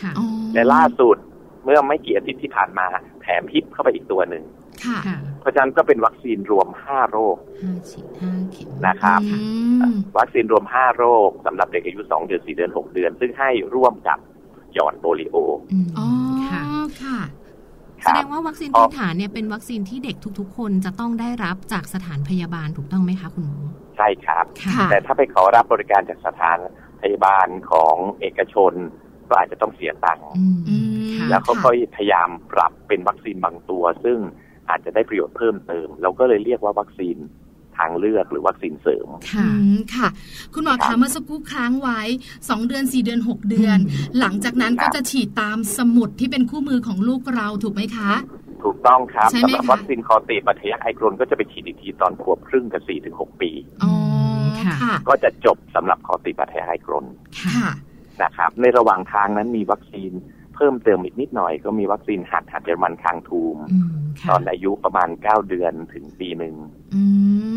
[SPEAKER 2] ค่ะ
[SPEAKER 8] อ๋อ
[SPEAKER 7] และล่าสุดเมื่อไม่กี่อาทิตย์ที่ผ่านมาแถมฮิปเข้าไปอีกตัวหนึ่ง
[SPEAKER 8] ค่ะ
[SPEAKER 2] ค่ะ
[SPEAKER 7] เพราะฉะนั้นก็เป็นวัคซีนรวม 5 โรค
[SPEAKER 2] ห้าฉีดห้าเข็ม
[SPEAKER 7] นะครับ
[SPEAKER 8] อืม
[SPEAKER 7] วัคซีนรวม 5 โรคสำหรับเด็กอายุ 2 เดือน 4 เดือน 6 เดือน ซึ่งให้ร่วมกับหย่อนโปลิโอ
[SPEAKER 2] อืม
[SPEAKER 8] อ๋อ
[SPEAKER 2] ค่ะ
[SPEAKER 8] ค่ะ
[SPEAKER 7] ค
[SPEAKER 8] แส
[SPEAKER 7] รั
[SPEAKER 8] ด
[SPEAKER 7] บ
[SPEAKER 8] งว่าวัคซีนพื้นฐานเนี่ยเป็นวัคซีนที่เด็กทุก ๆ คนจะต้องได้รับจากสถานพยาบาลถูกต้องไหมคะคุณหมอ
[SPEAKER 7] ใช่ครับ
[SPEAKER 8] ค่ะ
[SPEAKER 7] แต่ถ้าไปขอรับบริการจากสถานพยาบาลของเอกชน ก็อาจจะต้องเสียตังค์
[SPEAKER 2] อืม
[SPEAKER 8] อืม
[SPEAKER 2] ค่ะ
[SPEAKER 7] แล้วเขาก็พยายามปรับเป็นวัคซีนบางตัว ซึ่งอาจจะได้ประโยชน์เพิ่มเติม เราก็เลยเรียกว่าวัคซีนทางเลือกหรือวัคซีนเสริม
[SPEAKER 8] ค่ะ
[SPEAKER 3] อืมค่ะ คุณหมอ
[SPEAKER 7] ครั
[SPEAKER 3] คะ
[SPEAKER 7] บ
[SPEAKER 3] เมื่อสักครู่ค้างไว้ 2 เดือน 4 เดือน 6 เดือน หลังจากนั้น
[SPEAKER 7] ครั
[SPEAKER 3] ก็
[SPEAKER 7] บ
[SPEAKER 3] จะฉีดตามสมุดที่เป็นคู่มือของลูกเราถูกไหมคะ
[SPEAKER 7] ถูกต้องครับ
[SPEAKER 3] ใช่ไหม
[SPEAKER 7] สำหรับ
[SPEAKER 3] คะ
[SPEAKER 7] วัคซีนคอตีบัตรทะยักไอกรนก็จะไปฉีดอีกทีตอนขวบครึ่งกับสี่ถึงหกปี
[SPEAKER 3] อ๋อ
[SPEAKER 2] ค่ะ
[SPEAKER 3] ค่ะ
[SPEAKER 7] ก็จะจบสำหรับคอตีบัตรทะยักไอกรน
[SPEAKER 3] ค่ะ
[SPEAKER 7] นะครับ ในระหว่างทางนั้นมีวัคซีนเพิ่มเติมอีกนิดหน่อย ก็มีวัคซีนหัดหัดเยอรมันคางทูม
[SPEAKER 2] อืมค่ะ
[SPEAKER 7] ตอนอายุประมาณ 9 เดือนถึงปีหนึ่ง
[SPEAKER 3] อื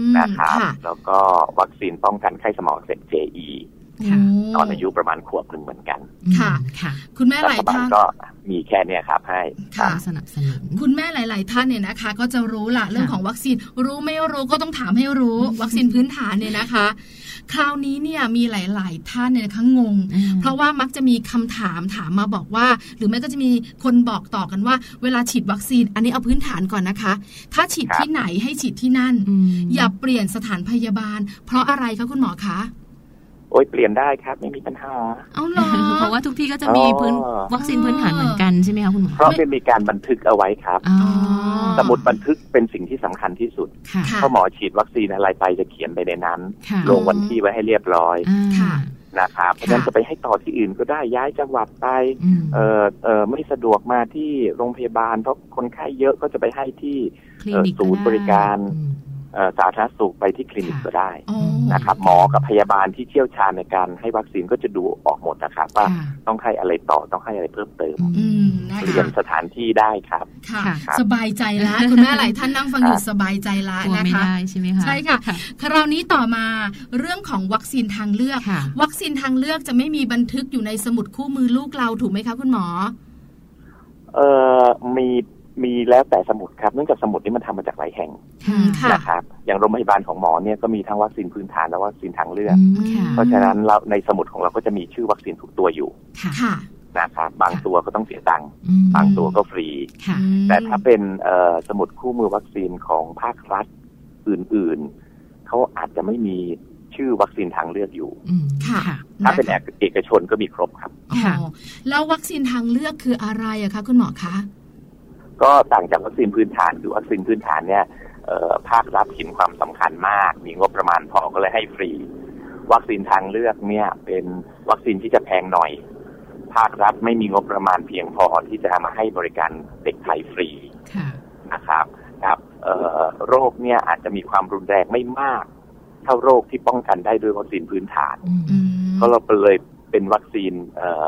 [SPEAKER 3] ม
[SPEAKER 7] นะครับ
[SPEAKER 3] ค่ะ
[SPEAKER 7] แล้วก็วัคซีนป้องกันไข้สมองอักเสบ JE
[SPEAKER 2] ค่ะ
[SPEAKER 3] โ
[SPEAKER 7] ตอนอายุประมาณขวบหนึ่งเหมือนกัน
[SPEAKER 3] ค่ะ
[SPEAKER 2] ค่ะ
[SPEAKER 3] คุณแม่ห
[SPEAKER 7] รั
[SPEAKER 3] ลาย
[SPEAKER 7] ฐบาล
[SPEAKER 3] ท่าน
[SPEAKER 7] ก็มีแค่เนี้ยครับให้ค
[SPEAKER 3] ค่ะ
[SPEAKER 7] รับ
[SPEAKER 2] สนับสนุน
[SPEAKER 3] คุณแม่หลาย ๆ ท่านเนี่ยนะคะ ก็จะรู้ละเรื่องของวัคซีน รู้ไม่รู้ก็ต้องถามให้รู้ วัคซีนพื้นฐานเนี่ยนะคะ คราวนี้เนี่ยมีหลาย ๆ ท่านเนี่ยนะคะงง
[SPEAKER 2] อืม
[SPEAKER 3] เพราะว่ามักจะมีคำถามถามมาบอกว่า หรือไม่ก็จะมีคนบอกต่อกันว่า เวลาฉีดวัคซีน อันนี้เอาพื้นฐานก่อนนะคะ ถ้าฉีด
[SPEAKER 7] ครับ
[SPEAKER 3] ที่ไหนให้ฉีดที่นั่น
[SPEAKER 2] ม
[SPEAKER 3] อย่าเปลี่ยนสถานพยาบาล เพราะอะไรคะคุณหมอคะ
[SPEAKER 7] โอ้ยเปลี่ยนได้ครับไม่มีปัญหา
[SPEAKER 3] เอาเหรอ
[SPEAKER 2] เพราะว่าทุกที่ก็จะมีพื้น
[SPEAKER 7] อ๋อ
[SPEAKER 2] วัคซีนพื้นฐานเหมือนกันใช่ไหมคะคุณหมอ
[SPEAKER 7] เพราะไม่มีการบันทึกเอาไว้ครับ
[SPEAKER 2] อ๋อ
[SPEAKER 7] สมุดบันทึกเป็นสิ่งที่สำคัญที่สุด
[SPEAKER 2] ค่ะ
[SPEAKER 3] ค่ะ
[SPEAKER 7] ถ้าหมอฉีดวัคซีนอะไรไปจะเขียนไปในนั้น
[SPEAKER 2] ค่ะ
[SPEAKER 7] ลงวันที่ไว้ให้เรียบร้อย
[SPEAKER 2] อ่า
[SPEAKER 3] ค่ะ
[SPEAKER 7] นะครับเพราะฉะนั้นจะไปให้ต่อที่อื่นก็ได้ย้ายจังหวัดไป
[SPEAKER 2] อืม
[SPEAKER 7] เออเออไม่สะดวกมาที่โรงพยาบาล เพราะคนไข้เยอะก็จะไปให้ที่
[SPEAKER 2] คลินิก
[SPEAKER 7] ศูนย์บริการ
[SPEAKER 2] อืม
[SPEAKER 7] เอ่อสาธารณสุขไปที่คลินิก
[SPEAKER 2] ค่ะ
[SPEAKER 7] ก็ได้
[SPEAKER 3] อ๋อ
[SPEAKER 7] นะครับ หมอกับพยาบาลที่เชี่ยวชาญในการให้วัคซีนก็จะดูออกหมดนะครับว่า
[SPEAKER 2] ค่ะ
[SPEAKER 7] ต้องให้อะไรต่อต้องให้อะไรเพิ่มเติม
[SPEAKER 3] อืมนะ
[SPEAKER 7] เรียน
[SPEAKER 3] คะ
[SPEAKER 7] สถานที่ได้ครับ
[SPEAKER 3] ค่ะ
[SPEAKER 2] ค่ะ
[SPEAKER 3] สบายใจละคุณแม่หลายท่านนั่งฟังอยู่สบายใจละ
[SPEAKER 2] กลัว
[SPEAKER 3] นะ
[SPEAKER 2] ไม่
[SPEAKER 3] คะ
[SPEAKER 2] ได้ใช่ไหมคะ
[SPEAKER 3] ใช่ค่ะ คราวนี้ต่อมาเรื่องของวัคซีนทางเลือก
[SPEAKER 2] ค่ะ
[SPEAKER 3] วัคซีนทางเลือกจะไม่มีบันทึกอยู่ในสมุดคู่มือลูกเราถูกไหมคะคุณหมอ
[SPEAKER 7] เออมีมีแล้วแต่สมุดครับเนื่องจากสมุดนี่มันทำมาจากหลายแห่ง
[SPEAKER 2] ค่ะ
[SPEAKER 3] ค่ะ
[SPEAKER 7] นะครับอย่างโรงพยาบาลของหมอเนี่ยก็มีทั้งวัคซีนพื้นฐานและวัคซีนทางเลือก
[SPEAKER 2] อืมค่ะ
[SPEAKER 7] เพราะฉะนั้นเราในสมุดของเราก็จะมีชื่อวัคซีนทุกตัวอยู่
[SPEAKER 2] ค่ะ
[SPEAKER 3] ค่ะ
[SPEAKER 7] นะครับบางตัวก็ต้องเสียตังค์
[SPEAKER 2] อืม
[SPEAKER 7] บางตัวก็ฟรี
[SPEAKER 2] ค่ะ
[SPEAKER 3] อืม
[SPEAKER 7] แต่ถ้าเป็นเอ่อสมุดคู่มือวัคซีนของภาครัฐอื่นๆ เขาอาจจะไม่มีชื่อวัคซีนทางเลือกอยู่
[SPEAKER 2] อืม
[SPEAKER 3] ค่ะ
[SPEAKER 7] ถ้าเป็นเอกเอกชนก็มีครบครับ
[SPEAKER 3] อ๋อ
[SPEAKER 2] ค่ะ
[SPEAKER 3] แล้ววัคซีนทางเลือกคืออะไรอะคะคุณหมอคะ
[SPEAKER 7] ก็ต่างจากวัคซีนพื้นฐานคือวัคซีนพื้นฐานเนี่ยเอ่อภาครัฐเห็นความสำคัญมาก มีงบประมาณพอก็เลยให้ฟรี วัคซีนทางเลือกเนี่ยเป็นวัคซีนที่จะแพงหน่อย ภาครัฐไม่มีงบประมาณเพียงพอที่จะมาให้บริการเด็กไทยฟรี
[SPEAKER 2] ค่ะ
[SPEAKER 7] นะครับครับเอ่อโรคเนี่ยอาจจะมีความรุนแรงไม่มาก เท่าโรคที่ป้องกันได้ด้วยวัคซีนพื้นฐาน
[SPEAKER 2] อืม
[SPEAKER 3] อืม
[SPEAKER 7] ก็เราเลยเป็นวัคซีนเอ่อ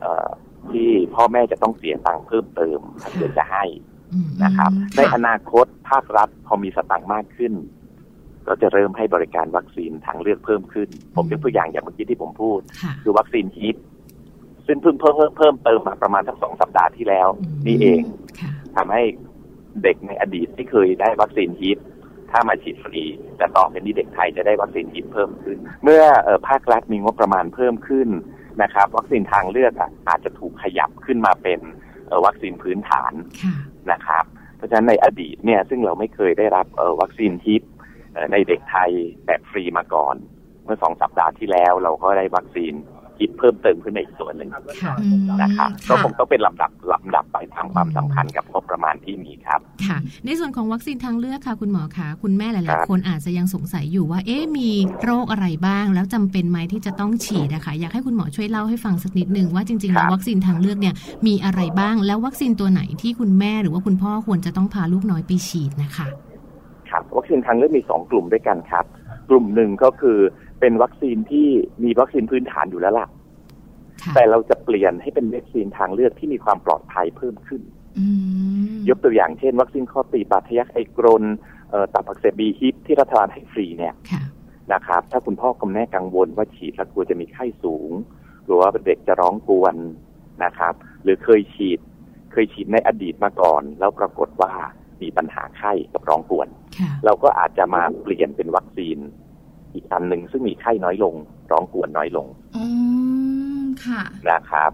[SPEAKER 7] เอ่อที่พ่อแม่จะต้องเสียตังค์เพิ่มเติมถ้าเกิดจะให้
[SPEAKER 2] อืม
[SPEAKER 7] นะครับ ใน
[SPEAKER 3] ค่ะ
[SPEAKER 7] อนาคตภาครัฐพอมีสตังค์มากขึ้น ก็จะเริ่มให้บริการวัคซีนทางเลือกเพิ่มขึ้น ผมยกตัวอย่างอย่างเมื่อกี้ที่ผมพูด
[SPEAKER 2] ค่ะ
[SPEAKER 7] คือวัคซีนฮิตซึ่งเพิ่งเพิ่มเพิ่มเติมมาประมาณสักสองสัปดาห์ที่แล้ว นี่เอง
[SPEAKER 2] ค่ะ
[SPEAKER 7] ทำให้เด็กในอดีตที่เคยได้วัคซีนฮิปถ้ามาฉีดฟรี แต่ต่อไปนี้เด็กไทยจะได้วัคซีนฮิปเพิ่มขึ้น เมื่อเอ่อภาครัฐมีงบประมาณเพิ่มขึ้นนะครับ วัคซีนทางเลือกอ่ะอาจจะถูกขยับขึ้นมาเป็นเอ่อวัคซีนพื้นฐาน
[SPEAKER 2] ค่ะ
[SPEAKER 7] นะครับ เพราะฉะนั้นในอดีตเนี่ยซึ่งเราไม่เคยได้รับเอ่อวัคซีนฮิปในเด็กไทยแบบฟรีมาก่อน เมื่อสองสัปดาห์ที่แล้วเราก็ได้วัคซีน คิดเพิ่มเติมขึ้นมาอีกส่วนหนึ่ง
[SPEAKER 8] ค่ะ
[SPEAKER 2] อืม
[SPEAKER 7] นะครับก็
[SPEAKER 2] ค่ะ
[SPEAKER 7] คงต้องเป็นลำดับลำดับไปตามความสำคัญกับงบประมาณที่มีครับ
[SPEAKER 8] ค่ะ ในส่วนของวัคซีนทางเลือกค่ะคุณหมอคะคุณแม่ห
[SPEAKER 7] ครั
[SPEAKER 8] ลาย
[SPEAKER 7] บ
[SPEAKER 8] ๆ คนอาจจะยังสงสัยอยู่ว่า เอ๊ะมีโรคอะไรบ้าง แล้วจำเป็นไหมที่จะต้องฉีดนะคะอยากให้คุณหมอช่วยเล่าให้ฟังสักนิดนึงว่าจริง ๆ แล้ววัคซีนทางเลือกเนี่ยมีอะไรบ้างแล้ววัคซีนตัวไหนที่คุณแม่หรือว่าคุณพ่อควรจะต้องพาลูกน้อยไปฉีดนะคะ
[SPEAKER 7] ครับวัคซีนทางเลือกมีสองกลุ่มด้วยกันครับ กลุ่มหนึ่งก็คือเป็นวัคซีนที่มีวัคซีนพื้นฐานอยู่แล้วล่ะ
[SPEAKER 8] ค่ะ
[SPEAKER 7] แต่เราจะเปลี่ยนให้เป็นวัคซีนทางเลือกที่มีความปลอดภัยเพิ่มขึ้น
[SPEAKER 3] อืม
[SPEAKER 7] ยกตัวอย่างเช่น วัคซีนข้อตีบาดทะยักไอกรนเอ่อตับอักเสบบีฮิปที่รัฐบาลให้ฟรีเนี่ย
[SPEAKER 8] ค่ะ
[SPEAKER 7] นะครับ ถ้าคุณพ่อคุณแม่กังวลว่าฉีดแล้วกลัวจะมีไข้สูง หรือว่าเด็กจะร้องกวนนะครับ หรือเคยฉีด เคยฉีดในอดีตมาก่อน แล้วปรากฏว่ามีปัญหาไข้กับร้องกวน
[SPEAKER 8] ค่ะ
[SPEAKER 7] เราก็อาจจะมาเปลี่ยนเป็นวัคซีน อีกอันหนึ่งซึ่งมีไข้น้อยลง ร้องกวนน้อยลง
[SPEAKER 3] อืมค่ะ
[SPEAKER 7] นะครับ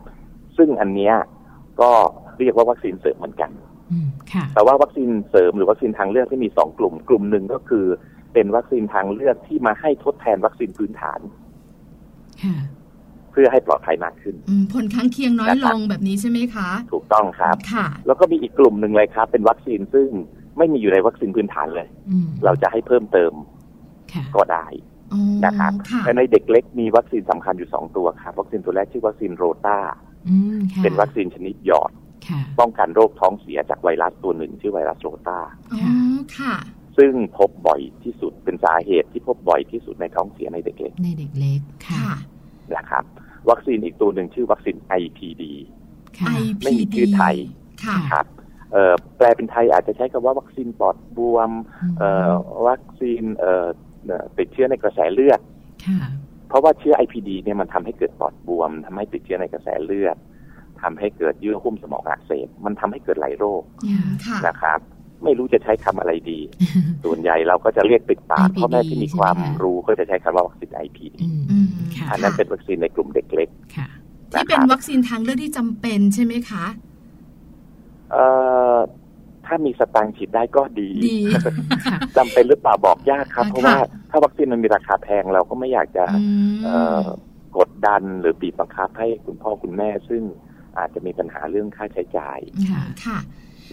[SPEAKER 7] ซึ่งอันเนี้ยก็เรียกว่าวัคซีนเสริมเหมือนกัน
[SPEAKER 8] อืมค่ะ
[SPEAKER 7] แต่ว่าวัคซีนเสริมหรือวัคซีนทางเลือกที่มีสองกลุ่ม กลุ่มหนึ่งก็คือ เป็นวัคซีนทางเลือกที่มาให้ทดแทนวัคซีนพื้นฐาน
[SPEAKER 8] ค่ะ
[SPEAKER 7] เพื่อให้ปลอดภัยมากขึ้น
[SPEAKER 3] อืมผลข้างเคียงน้อย
[SPEAKER 7] นะ
[SPEAKER 3] ล
[SPEAKER 7] ครับ
[SPEAKER 3] งแบบนี้ใช่ไหมคะ
[SPEAKER 7] ถูกต้องครับ
[SPEAKER 3] ค่ะ
[SPEAKER 7] แล้วก็มีอีกกลุ่มหนึ่งเลยครับ เป็นวัคซีนซึ่งไม่มีอยู่ในวัคซีนพื้นฐานเลย
[SPEAKER 8] อืม
[SPEAKER 7] เราจะให้เพิ่มเติม
[SPEAKER 8] ค่ะ
[SPEAKER 7] ก็ได้
[SPEAKER 3] อ๋อ
[SPEAKER 7] นะครับ
[SPEAKER 3] ค่ะ
[SPEAKER 7] แต่ในเด็กเล็กมีวัคซีนสำคัญอยู่สองตัวครับ วัคซีนตัวแรกชื่อวัคซีนโรตา
[SPEAKER 8] อืมค่ะ
[SPEAKER 7] เป็นวัคซีนชนิดหยอด
[SPEAKER 8] ค่ะ
[SPEAKER 7] ป้องกันโรคท้องเสียจากไวรัสตัวหนึ่ง ชื่อไวรัสโรตา
[SPEAKER 3] อ๋อค่ะ
[SPEAKER 7] ซึ่งพบบ่อยที่สุดเป็นสาเหตุที่พบบ่อยที่สุดในท้องเสียในเด็กเล็ก
[SPEAKER 8] ในเด็กเล็ก ค่ะ
[SPEAKER 3] ค่ะ
[SPEAKER 7] นะครับวัคซีนอีกตัวหนึ่งชื่อวัคซีน IPD
[SPEAKER 8] ค่ะ
[SPEAKER 3] IPD
[SPEAKER 7] ไม่มีชื่อไทย
[SPEAKER 3] ค่ะ
[SPEAKER 7] ครับเอ่อแปลเป็นไทยอาจจะใช้คำว่าวัคซีนปอดบวมเอ่อวัคซีนเอ่อเอ่อติดเชื้อในกระแสเลือด
[SPEAKER 8] ค่ะ
[SPEAKER 7] เพราะว่าเชื้อ IPD เนี่ยมันทำให้เกิดปอดบวมทำให้ติดเชื้อในกระแสเลือดทำให้เกิดเยื่อหุ้มสมองอักเสบมันทำให้เกิดหลายโรค
[SPEAKER 3] อืมค่ะ
[SPEAKER 7] นะครับ ไม่รู้จะใช้คำอะไรดี ส่วนใหญ่เราก็จะเรียกติดปาก
[SPEAKER 8] IPD
[SPEAKER 7] พ่อแม่ที่มีความ
[SPEAKER 8] ใช่ไหมคะ
[SPEAKER 7] รู้ก็จะใช้คำว่าวัคซีน IPD
[SPEAKER 8] อืม
[SPEAKER 3] อืม
[SPEAKER 8] ค่ะ
[SPEAKER 7] อันนั้นเป็นวัคซีนในกลุ่มเด็กเล็ก
[SPEAKER 8] ค่ะ
[SPEAKER 3] ที่
[SPEAKER 7] นะค
[SPEAKER 3] เป็น
[SPEAKER 7] รับ
[SPEAKER 3] วัคซีนทางเลือกที่จำเป็นใช่ไหมคะ
[SPEAKER 7] เอ่อถ้ามีสตางค์ฉีดได้ก็ดี
[SPEAKER 3] ดี
[SPEAKER 8] ค่ะ
[SPEAKER 7] จำเป็นหรือเปล่าบอกยากครับ
[SPEAKER 3] ค่ะ
[SPEAKER 7] เพราะว่าถ้าวัคซีนมันมีราคาแพงเราก็ไม่อยากจะ
[SPEAKER 3] อืม
[SPEAKER 7] เอ่อกดดันหรือบีบบังคับให้คุณพ่อคุณแม่ ซึ่งอาจจะมีปัญหาเรื่องค่าใช้จ่าย
[SPEAKER 8] ค่ะ
[SPEAKER 3] ค่ะ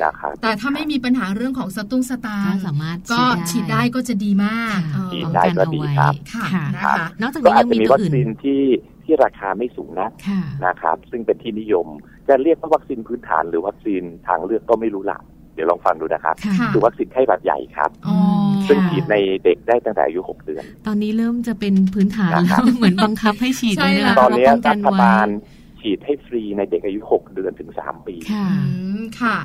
[SPEAKER 7] นะครับ
[SPEAKER 3] แต่ถ้าไม่มีปัญหาเรื่องของสตุ้งสตาง
[SPEAKER 8] ก็
[SPEAKER 3] ค์
[SPEAKER 8] สามารถ
[SPEAKER 3] ก็ฉีดได้ก็จะดีมาก
[SPEAKER 8] ค่ะ
[SPEAKER 3] เออ
[SPEAKER 8] ป้องกันเอาไว้
[SPEAKER 3] ค่ะ
[SPEAKER 8] ค่ะ
[SPEAKER 3] นะคะ
[SPEAKER 8] นอกจาก
[SPEAKER 7] ก็
[SPEAKER 8] นี้
[SPEAKER 7] อา
[SPEAKER 8] ยั
[SPEAKER 7] จ
[SPEAKER 8] ง
[SPEAKER 7] จะ
[SPEAKER 8] มี
[SPEAKER 7] มี
[SPEAKER 8] ตัว
[SPEAKER 7] วัค
[SPEAKER 8] อื่น
[SPEAKER 7] ซีนที่ที่ราคาไม่สูงนัก
[SPEAKER 8] ค่ะ
[SPEAKER 7] นะครับ ซึ่งเป็นที่นิยม จะเรียกว่าวัคซีนพื้นฐานหรือวัคซีนทางเลือกก็ไม่รู้ละเดี๋ยวลองฟังดูนะครับ
[SPEAKER 8] ค่ะ
[SPEAKER 7] คือวัคซีนไข้หวัดใหญ่ครับ
[SPEAKER 3] อ๋อ
[SPEAKER 7] ซึ่ง
[SPEAKER 8] ค่ะ
[SPEAKER 7] ฉีดในเด็กได้ตั้งแต่อายุหกเดือน
[SPEAKER 8] ตอนนี้เริ่มจะเป็นพื้นฐาน
[SPEAKER 7] นะค
[SPEAKER 8] แล้
[SPEAKER 7] รั
[SPEAKER 8] ว
[SPEAKER 7] บ
[SPEAKER 8] เหมือนบังคับให้ฉีด
[SPEAKER 3] ใช่
[SPEAKER 8] แล้วนะ
[SPEAKER 3] แล้ว
[SPEAKER 7] ตอนเนี้ย
[SPEAKER 8] เาป้องกั
[SPEAKER 7] รั
[SPEAKER 8] น
[SPEAKER 7] ฐ
[SPEAKER 8] ไว้
[SPEAKER 7] บาลฉีดให้ฟรีในเด็กอายุ 6 เดือนถึง 3 ปี
[SPEAKER 8] ค่ะ
[SPEAKER 3] อืมค่ะ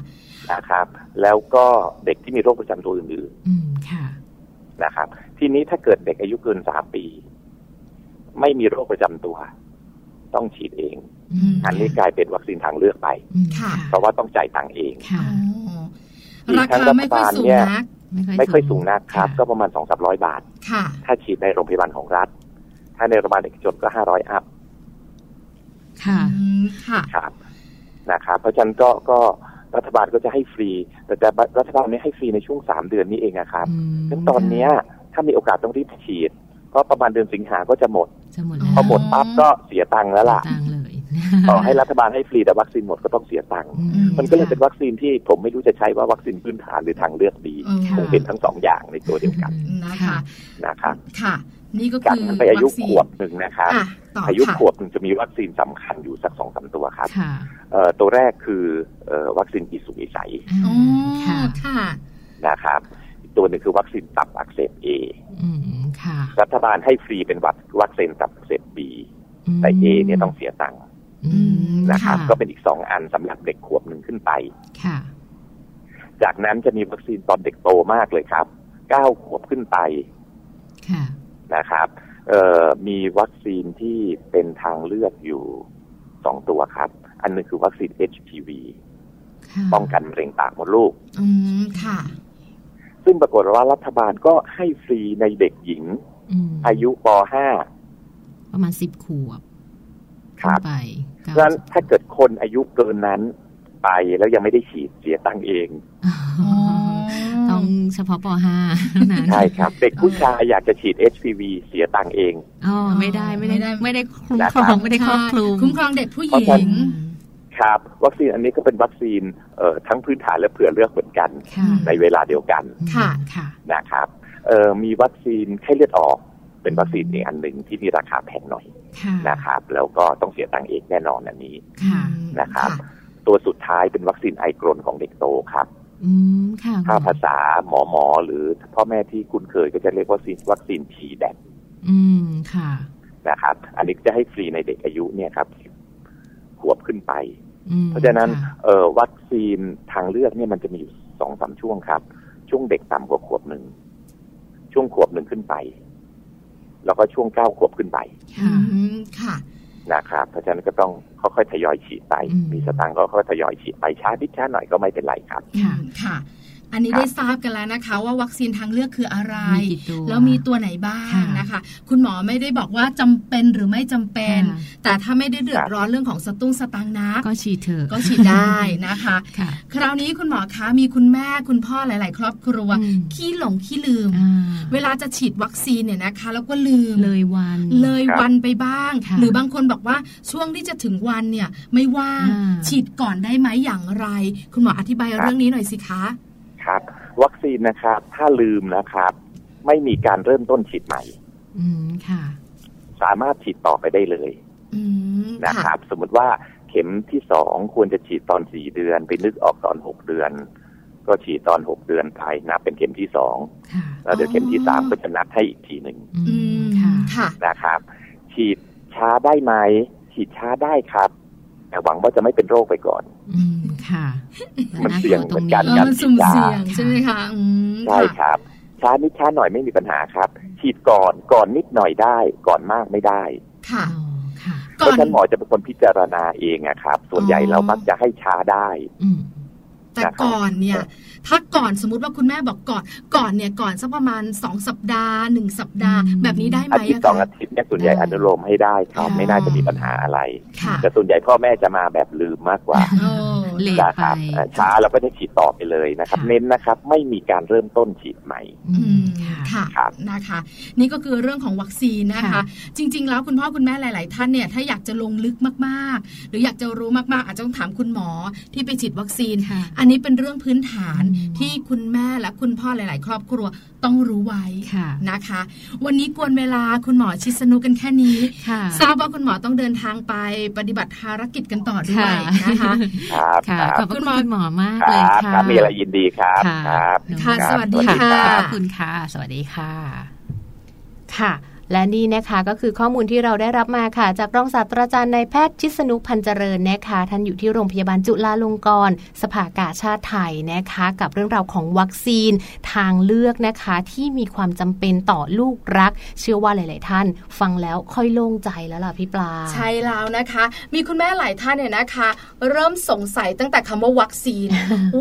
[SPEAKER 7] นะครับ แล้วก็เด็กที่มีโรคประจำตัวอื่น
[SPEAKER 8] อืม ค่ะ
[SPEAKER 7] ๆนะครับ ทีนี้ถ้าเกิดเด็กอายุเกิน 3 ปี ไม่มีโรคประจำตัว ต้องฉีดเอง
[SPEAKER 8] อืม
[SPEAKER 7] อันนี้กลายเป็นวัคซีนทางเลือกไป
[SPEAKER 8] อืม
[SPEAKER 3] ค่ะ
[SPEAKER 7] เพราะว่าต้องจ่ายตังค์เอง
[SPEAKER 8] ค่ะ
[SPEAKER 3] อ๋อราคาไม่ค่อยสูงนัก
[SPEAKER 7] ไม่ค่อยสูงนักครับ ก็ประมาณ 2 3 0 0 บาท
[SPEAKER 3] ค่ะ
[SPEAKER 7] ถ้าฉีดในโรงพยาบาลของรัฐ ถ้าในโรงพยาบาลเอกชนก็ 500 อัพ
[SPEAKER 8] ค่ะ
[SPEAKER 3] อืมค่ะ
[SPEAKER 7] ครับนะครับ เพราะฉะนั้นก็ก็รัฐบาลก็จะให้ฟรี แต่จะรัฐบาลไม่ให้ฟรีในช่วง 3 เดือนนี้เองนะครับ
[SPEAKER 8] อืม
[SPEAKER 7] ซึ่งตอนเนี้ยถ้ามีโอกาสต้องรีบฉีด เพราะประมาณเดือนสิงหาก็จะหมด
[SPEAKER 8] จะหมดแล้ว
[SPEAKER 7] พอหมดปั๊บก็เสียตังค์แล้วล่ะ
[SPEAKER 8] ตังเลย
[SPEAKER 7] ต่อให้รัฐบาลให้ฟรีแต่วัคซีนหมดก็ต้องเสียตังค์
[SPEAKER 8] อืม
[SPEAKER 7] มันก็เลยเป็นวัคซีนที่ผมไม่รู้จะใช้ว่าวัคซีนพื้นฐานหรือทางเลือกดี
[SPEAKER 3] อืม
[SPEAKER 7] คงเป็นทั้งสองอย่างในตัวเดียวกัน
[SPEAKER 3] นะคะ
[SPEAKER 7] นะครับ
[SPEAKER 3] ค่ะ นี่ก็
[SPEAKER 7] จาก
[SPEAKER 3] คือ
[SPEAKER 7] นั้นไปอายุ
[SPEAKER 3] วัคซีน
[SPEAKER 7] ขวบหนึ่งนะครับ
[SPEAKER 3] อ่ะต่อ
[SPEAKER 7] อายุ
[SPEAKER 3] ค่ะ
[SPEAKER 7] ขวบหนึ่งจะมีวัคซีนสำคัญอยู่สักสองสามตัวครับ
[SPEAKER 8] ค่ะ
[SPEAKER 7] เอ่อตัวแรกคือเอ่อวัคซีนอิสุกอิใส
[SPEAKER 3] อ๋อ
[SPEAKER 8] ค่ะ
[SPEAKER 3] ค่ะ
[SPEAKER 7] นะครับอีกตัวหนึ่งคือวัคซีนตับอักเสบเอ
[SPEAKER 8] อืม ค่ะ
[SPEAKER 7] รัฐบาลให้ฟรีเป็นวัควัคซีนตับอักเสบบีแต่เอเนี่ยต้องเสียตังค์
[SPEAKER 8] อืม
[SPEAKER 7] นะครับ
[SPEAKER 8] ะ
[SPEAKER 7] ก็เป็นอีกสองอันสำหรับเด็กขวบหนึ่งขึ้นไป
[SPEAKER 8] ค่ะ
[SPEAKER 7] จากนั้นจะมีวัคซีนตอนเด็กโตมากเลยครับเก้าขวบขึ้นไป
[SPEAKER 8] ค่ะ
[SPEAKER 7] นะครับเอ่อมีวัคซีนที่เป็นทางเลือกอยู่สองตัวครับ อันหนึงคือวัคซีน HPV
[SPEAKER 8] ค่ะ
[SPEAKER 7] ป้องกันมะเร็งปากมดลูก
[SPEAKER 3] อืมค่ะ
[SPEAKER 7] ซึ่งปรากฏว่ารัฐบาลก็ให้ฟรีในเด็กหญิง
[SPEAKER 8] ม
[SPEAKER 7] อายุป
[SPEAKER 8] ประมาณสิบขวบ
[SPEAKER 7] ครับ
[SPEAKER 8] ขึ้นไป
[SPEAKER 7] .5
[SPEAKER 8] เก้
[SPEAKER 7] เพราะฉะนั้น
[SPEAKER 8] สิบ
[SPEAKER 7] ถ้าเกิดคนอายุเกินนั้นไปแล้วยังไม่ได้ฉีดเสียตังค์เอง
[SPEAKER 8] อ๋อต้อง ต้องเฉพาะป .5 เท่านั้น
[SPEAKER 7] ใช่ครับ เด็กผู้ชายอยากจะฉีด HPV เสียตังค์เอง
[SPEAKER 8] อ๋อไม่ได้ไม่ได้
[SPEAKER 3] ไม่ได้
[SPEAKER 8] ไม่ได้คุ้มครองไม่ได้ครอบคลุม
[SPEAKER 3] คุ้มครองเด็กผู้ห
[SPEAKER 7] เพราะ
[SPEAKER 3] ญิ
[SPEAKER 7] ฉะนั้
[SPEAKER 3] ง
[SPEAKER 7] น ครับ วัคซีนอันนี้ก็เป็นวัคซีนเอ่อทั้งพื้นฐานและเผื่อเลือกเหมือนกัน
[SPEAKER 8] ค่ะ
[SPEAKER 7] ในเวลาเดียวกัน
[SPEAKER 3] ค่ะ
[SPEAKER 8] ค่ะ
[SPEAKER 7] นะครับเอ่อมีวัคซีนไข้เลือดออก เป็นวัคซีนอีกอันหนึ่งที่มีราคาแพงหน่อย
[SPEAKER 8] ค่ะ
[SPEAKER 7] นะครับ แล้วก็ต้องเสียตังค์เองแน่นอนอันนี้
[SPEAKER 8] ค่ะ
[SPEAKER 7] นะครับ ตัวสุดท้ายเป็นวัคซีนไอกรนของเด็กโตครับ
[SPEAKER 8] อืม ค่ะ
[SPEAKER 7] ถ้าภาษาหมอหมอหรือพ่อแม่ที่คุณเคยก็จะเรียกว่าวัคซีนวัคซีนทีแดด
[SPEAKER 8] อืม ค่ะ
[SPEAKER 7] นะครับ อันนี้จะให้ฟรีในเด็กอายุเนี่ยครับขวบขึ้นไป
[SPEAKER 8] อืม
[SPEAKER 7] เพราะฉะนั้น
[SPEAKER 8] ค่
[SPEAKER 7] เอ่อวัคซีนทางเลือกเนี่ยมันจะมีอยู่สองสามช่วงครับ ช่วงเด็กต่ำกว่าขวบหนึ่งช่วงขวบหนึ่งขึ้นไป แล้วก็ช่วงเก้าขวบขึ้นไป
[SPEAKER 8] ค่ะ
[SPEAKER 3] อืมค่ะ
[SPEAKER 7] นะครับเพราะฉะนั้นก็ต้องค่อยๆทยอยฉีดไป
[SPEAKER 8] อืม
[SPEAKER 7] มีสตางค์ก็ค่อยๆทยอยฉีดไปช้านิดช้าหน่อยก็ไม่เป็นไรครับ
[SPEAKER 8] ค่ะ
[SPEAKER 3] ค่ะ อันนี้
[SPEAKER 7] ครับ
[SPEAKER 3] ได้ทราบกันแล้วนะคะ ว่าวัคซีนทางเลือกคืออะไร
[SPEAKER 8] มีกี่ตัว
[SPEAKER 3] แล้วมีตัวไหนบ้าง
[SPEAKER 8] ค่ะ
[SPEAKER 3] นะคะ คุณหมอไม่ได้บอกว่าจำเป็นหรือไม่จำเป็น
[SPEAKER 8] ค่ะ
[SPEAKER 3] แต่ถ้าไม่ได้เดือดร้อนเรื่องของสตุ้งสตางค์นะ
[SPEAKER 8] ก็ฉีดเถอะ
[SPEAKER 3] ก็ฉีดได้นะคะ
[SPEAKER 8] ค่ะ
[SPEAKER 3] คราวนี้คุณหมอคะมีคุณแม่คุณพ่อหลาย ๆ ครอบครัว
[SPEAKER 8] อืม
[SPEAKER 3] ขี้หลงขี้ลืม
[SPEAKER 8] อ่า
[SPEAKER 3] เวลาจะฉีดวัคซีนเนี่ยนะคะ แล้วก็ลืม
[SPEAKER 8] เลยวัน
[SPEAKER 3] เลยวันไปบ้าง
[SPEAKER 8] ค่ะ
[SPEAKER 3] หรือบางคนบอกว่าช่วงที่จะถึงวันเนี่ย ไม่ว่าง
[SPEAKER 8] อ่า
[SPEAKER 3] ฉีดก่อนได้ไหมอย่างไร คุณหมออธิบายเรื่องนี้หน่อยสิคะ
[SPEAKER 7] ครับ วัคซีนนะครับ ถ้าลืมนะครับ ไม่มีการเริ่มต้นฉีดใหม่
[SPEAKER 8] อืม ค่ะ
[SPEAKER 7] สามารถฉีดต่อไปได้เลย
[SPEAKER 3] อืม
[SPEAKER 7] นะค
[SPEAKER 3] ค่ะ
[SPEAKER 7] รับ สมมติว่าเข็มที่สองควรจะฉีดตอนสี่เดือน ไปนึกออกตอนหกเดือน ก็ฉีดตอนหกเดือนไปนับเป็นเข็มที่สอง
[SPEAKER 8] ค่ะ
[SPEAKER 7] แล้วเดี๋ยวเข็มที่สามก็จะนัดให้อีกทีหนึ่ง
[SPEAKER 8] อื
[SPEAKER 3] อื
[SPEAKER 8] ม
[SPEAKER 3] ม
[SPEAKER 8] ค่ะ
[SPEAKER 3] ค่ะ
[SPEAKER 7] นะครับ ฉีดช้าได้ไหมฉีดช้าได้ครับแต่หวังว่าจะไม่เป็นโรคไปก่อน
[SPEAKER 8] อืม ค่ะ
[SPEAKER 7] มันเสี่ยงเหมือนกัน
[SPEAKER 3] เออมันสุ่มเสี่ยงใช่ไหมคะอืม
[SPEAKER 7] ใช่
[SPEAKER 3] ค่ะ
[SPEAKER 7] ครับ ช้านิดช้าหน่อยไม่มีปัญหาครับ ฉีดก่อนก่อนนิดหน่อยได้ ก่อนมากไม่ได้
[SPEAKER 3] ค่ะ
[SPEAKER 8] อ๋อค่ะ
[SPEAKER 7] เพราะฉะนั้นหมอจะเป็นคนพิจารณาเองอะครับ ส่วนใหญ่
[SPEAKER 3] อ๋อ
[SPEAKER 7] เรามักจะให้ช้าได้
[SPEAKER 8] อืม
[SPEAKER 3] แต่
[SPEAKER 7] นะครับ
[SPEAKER 3] ก่อนเนี่ย ถ้าก่อนสมมติว่าคุณแม่บอกก่อน ก่อนเนี่ยก่อนสักประมาณสองสัปดาห์หนึ่งสัปดาห์
[SPEAKER 8] อืม
[SPEAKER 3] แบบนี้ได้ไหม
[SPEAKER 7] อาทิตย์
[SPEAKER 3] ะ
[SPEAKER 7] สอง
[SPEAKER 3] คะ
[SPEAKER 7] อาทิตย์เนี่ยส่วนใหญ่
[SPEAKER 8] ได้
[SPEAKER 7] อนุโลมให้ได้ครับ
[SPEAKER 3] อ๋อ
[SPEAKER 7] ไม่น่าจะมีปัญหาอะไร
[SPEAKER 3] ค่ะ
[SPEAKER 7] แต่ส่วนใหญ่พ่อแม่จะมาแบบลืมมากกว่า
[SPEAKER 3] โอ้
[SPEAKER 8] เลท
[SPEAKER 7] นะ
[SPEAKER 8] ไป
[SPEAKER 7] ครับเอ่อช้าเราก็จะฉีดต่อไปเลยนะครับ
[SPEAKER 8] ค่ะ
[SPEAKER 7] เน้นนะครับ ไม่มีการเริ่มต้นฉีดใหม่
[SPEAKER 8] อื
[SPEAKER 3] อื
[SPEAKER 8] ม
[SPEAKER 3] ม
[SPEAKER 8] ค่ะ
[SPEAKER 3] ค่ะ
[SPEAKER 7] ครับ
[SPEAKER 3] นะคะ นี่ก็คือเรื่องของวัคซีนนะคะ
[SPEAKER 8] ค่ะ
[SPEAKER 3] จริง ๆ แล้วคุณพ่อคุณแม่หลาย ๆ ท่านเนี่ยถ้าอยากจะลงลึกมากๆ หรืออยากจะรู้มากๆ อาจจะต้องถามคุณหมอที่ไปฉีดวัคซีน
[SPEAKER 8] ค่ะ
[SPEAKER 3] อันนี้เป็นเรื่องพื้นฐาน
[SPEAKER 8] อืม
[SPEAKER 3] ที่คุณแม่และคุณพ่อหลาย ๆ ครอบครัวต้องรู้ไว้
[SPEAKER 8] ค่ะ
[SPEAKER 3] นะคะ วันนี้กวนเวลาคุณหมอชิสนุกันแค่นี้
[SPEAKER 8] ค่ะ
[SPEAKER 3] ทราบว่าคุณหมอต้องเดินทางไปปฏิบัติภารกิจกันต่อด้วยนะคะ
[SPEAKER 7] ครับ
[SPEAKER 8] ค่ะ
[SPEAKER 7] ครับ
[SPEAKER 8] ขอบพระคุณคุณหมอมาก
[SPEAKER 7] ค
[SPEAKER 8] เลย
[SPEAKER 7] รับ
[SPEAKER 8] ค่ะ
[SPEAKER 7] ครับมีอะไรยินดีครับ
[SPEAKER 8] ค่ะ
[SPEAKER 7] ครับ
[SPEAKER 3] ค่ะ
[SPEAKER 7] รับ
[SPEAKER 3] สวัสดีค่ะ
[SPEAKER 8] ขอบคุณค่ะ สวัสดีค่ะ
[SPEAKER 2] ค่ะ และนี่นะคะก็คือข้อมูลที่เราได้รับมาค่ะ จากรองศาสตราจารย์นายแพทย์ชิสนุพันเจริญนะคะ ท่านอยู่ที่โรงพยาบาลจุฬาลงกรณ์สภากาชาติไทยนะคะ กับเรื่องราวของวัคซีนทางเลือกนะคะ ที่มีความจำเป็นต่อลูกรัก เชื่อว่าหลาย ๆ ท่าน ฟังแล้วค่อยโล่งใจแล้วล่ะพี่ปลา
[SPEAKER 3] ใช่แล้วนะคะ มีคุณแม่หลายท่านเนี่ยนะคะ เริ่มสงสัยตั้งแต่คำว่าวัคซีน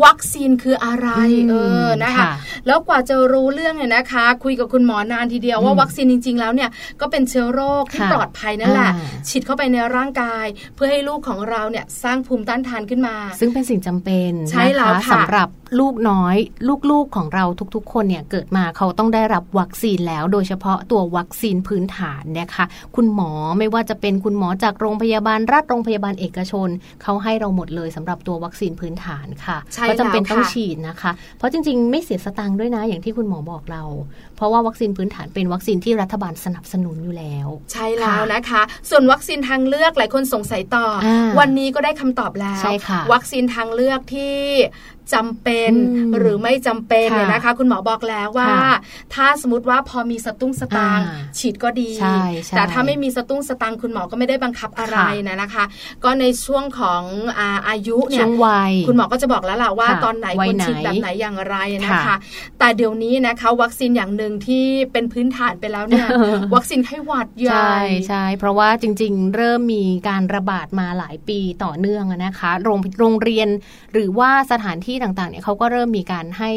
[SPEAKER 3] วัคซีนคืออะไร
[SPEAKER 2] อืม
[SPEAKER 3] เออนะคะ
[SPEAKER 2] ค่ะ
[SPEAKER 3] แล้วกว่าจะรู้เรื่องเนี่ยนะคะ คุยกับคุณหมอนานทีเดียวว่า
[SPEAKER 2] อืม
[SPEAKER 3] วัคซีนจริง ๆ แล้วเนี่ยก็เป็นเชื้อโรคที่
[SPEAKER 2] ค่ะ
[SPEAKER 3] ปลอดภัยนั่นแหละ
[SPEAKER 2] อ่า
[SPEAKER 3] ฉีดเข้าไปในร่างกาย เพื่อให้ลูกของเราเนี่ยสร้างภูมิต้านทานขึ้นมา
[SPEAKER 2] ซึ่งเป็นสิ่งจำเป็น
[SPEAKER 3] ใช่
[SPEAKER 2] นะ
[SPEAKER 3] แล้ว
[SPEAKER 2] คะ
[SPEAKER 3] ค่ะ
[SPEAKER 2] สำหรับลูกน้อย ลูกๆของเราทุกๆ คนเนี่ยเกิดมาเขาต้องได้รับวัคซีนแล้ว โดยเฉพาะตัววัคซีนพื้นฐานนะคะ คุณหมอไม่ว่าจะเป็นคุณหมอจากโรงพยาบาลรัฐโรงพยาบาลเอกชนเขาให้เราหมดเลยสำหรับตัววัคซีนพื้นฐานค่ะ
[SPEAKER 3] ใช่
[SPEAKER 2] ก็จำเป็น
[SPEAKER 3] แล้วค่ะ
[SPEAKER 2] ต้องฉีดนะคะ เพราะจริงๆ ไม่เสียสตังค์ด้วยนะอย่างที่คุณหมอบอกเรา เพราะว่าวัคซีนพื้นฐานเป็นวัคซีนที่รัฐบาลสนับสนุนอยู่แล้ว
[SPEAKER 3] ใช่แล้วนะคะ ส่วนวัคซีนทางเลือกหลายคนสงสัยต่ออาวันนี้ก็ได้คำตอบแล้ว
[SPEAKER 2] ใช่ค่ะ
[SPEAKER 3] วัคซีนทางเลือกที่จำเป็น
[SPEAKER 2] อืม
[SPEAKER 3] หรือไม่จำเป็น
[SPEAKER 2] ค่ะ
[SPEAKER 3] เนี่ยนะคะ คุณหมอบอกแล้วว่า
[SPEAKER 2] ค่ะ
[SPEAKER 3] ถ้าสมมติว่าพอมีสตุ้งสตางค์
[SPEAKER 2] อ่า
[SPEAKER 3] ฉีดก็ดี
[SPEAKER 2] ใช่ใช่
[SPEAKER 3] แต่ถ้าไม่มีสตุ้งสตางค์คุณหมอก็ไม่ได้บังคับอะไร
[SPEAKER 2] ค่ะ
[SPEAKER 3] นะนะคะ ก็ในช่วงของอาอายุเนี่
[SPEAKER 2] ช่
[SPEAKER 3] ย
[SPEAKER 2] วงวัย
[SPEAKER 3] คุณหมอก็จะบอกแล้วล่ะว่า
[SPEAKER 2] ค่ะ
[SPEAKER 3] ตอนไหน
[SPEAKER 2] วั
[SPEAKER 3] ค
[SPEAKER 2] ยว
[SPEAKER 3] รฉีด
[SPEAKER 2] ไหน
[SPEAKER 3] แบบไหนอย่างไรนะ
[SPEAKER 2] ค่ะ
[SPEAKER 3] คะ แต่เดี๋ยวนี้นะคะ วัคซีนอย่างหนึ่งที่เป็นพื้นฐานไปแล้ว เนี่ย
[SPEAKER 2] เออ
[SPEAKER 3] วัคซีนไข้หวัดใหญ่
[SPEAKER 2] ใช่ใช่เพราะว่าจริงๆ เริ่มมีการระบาดมาหลายปีต่อเนื่องอะนะคะ โรงโรงเรียนหรือว่าสถานที่ต่างๆเนี่ยเขาก็เริ่มมีการให้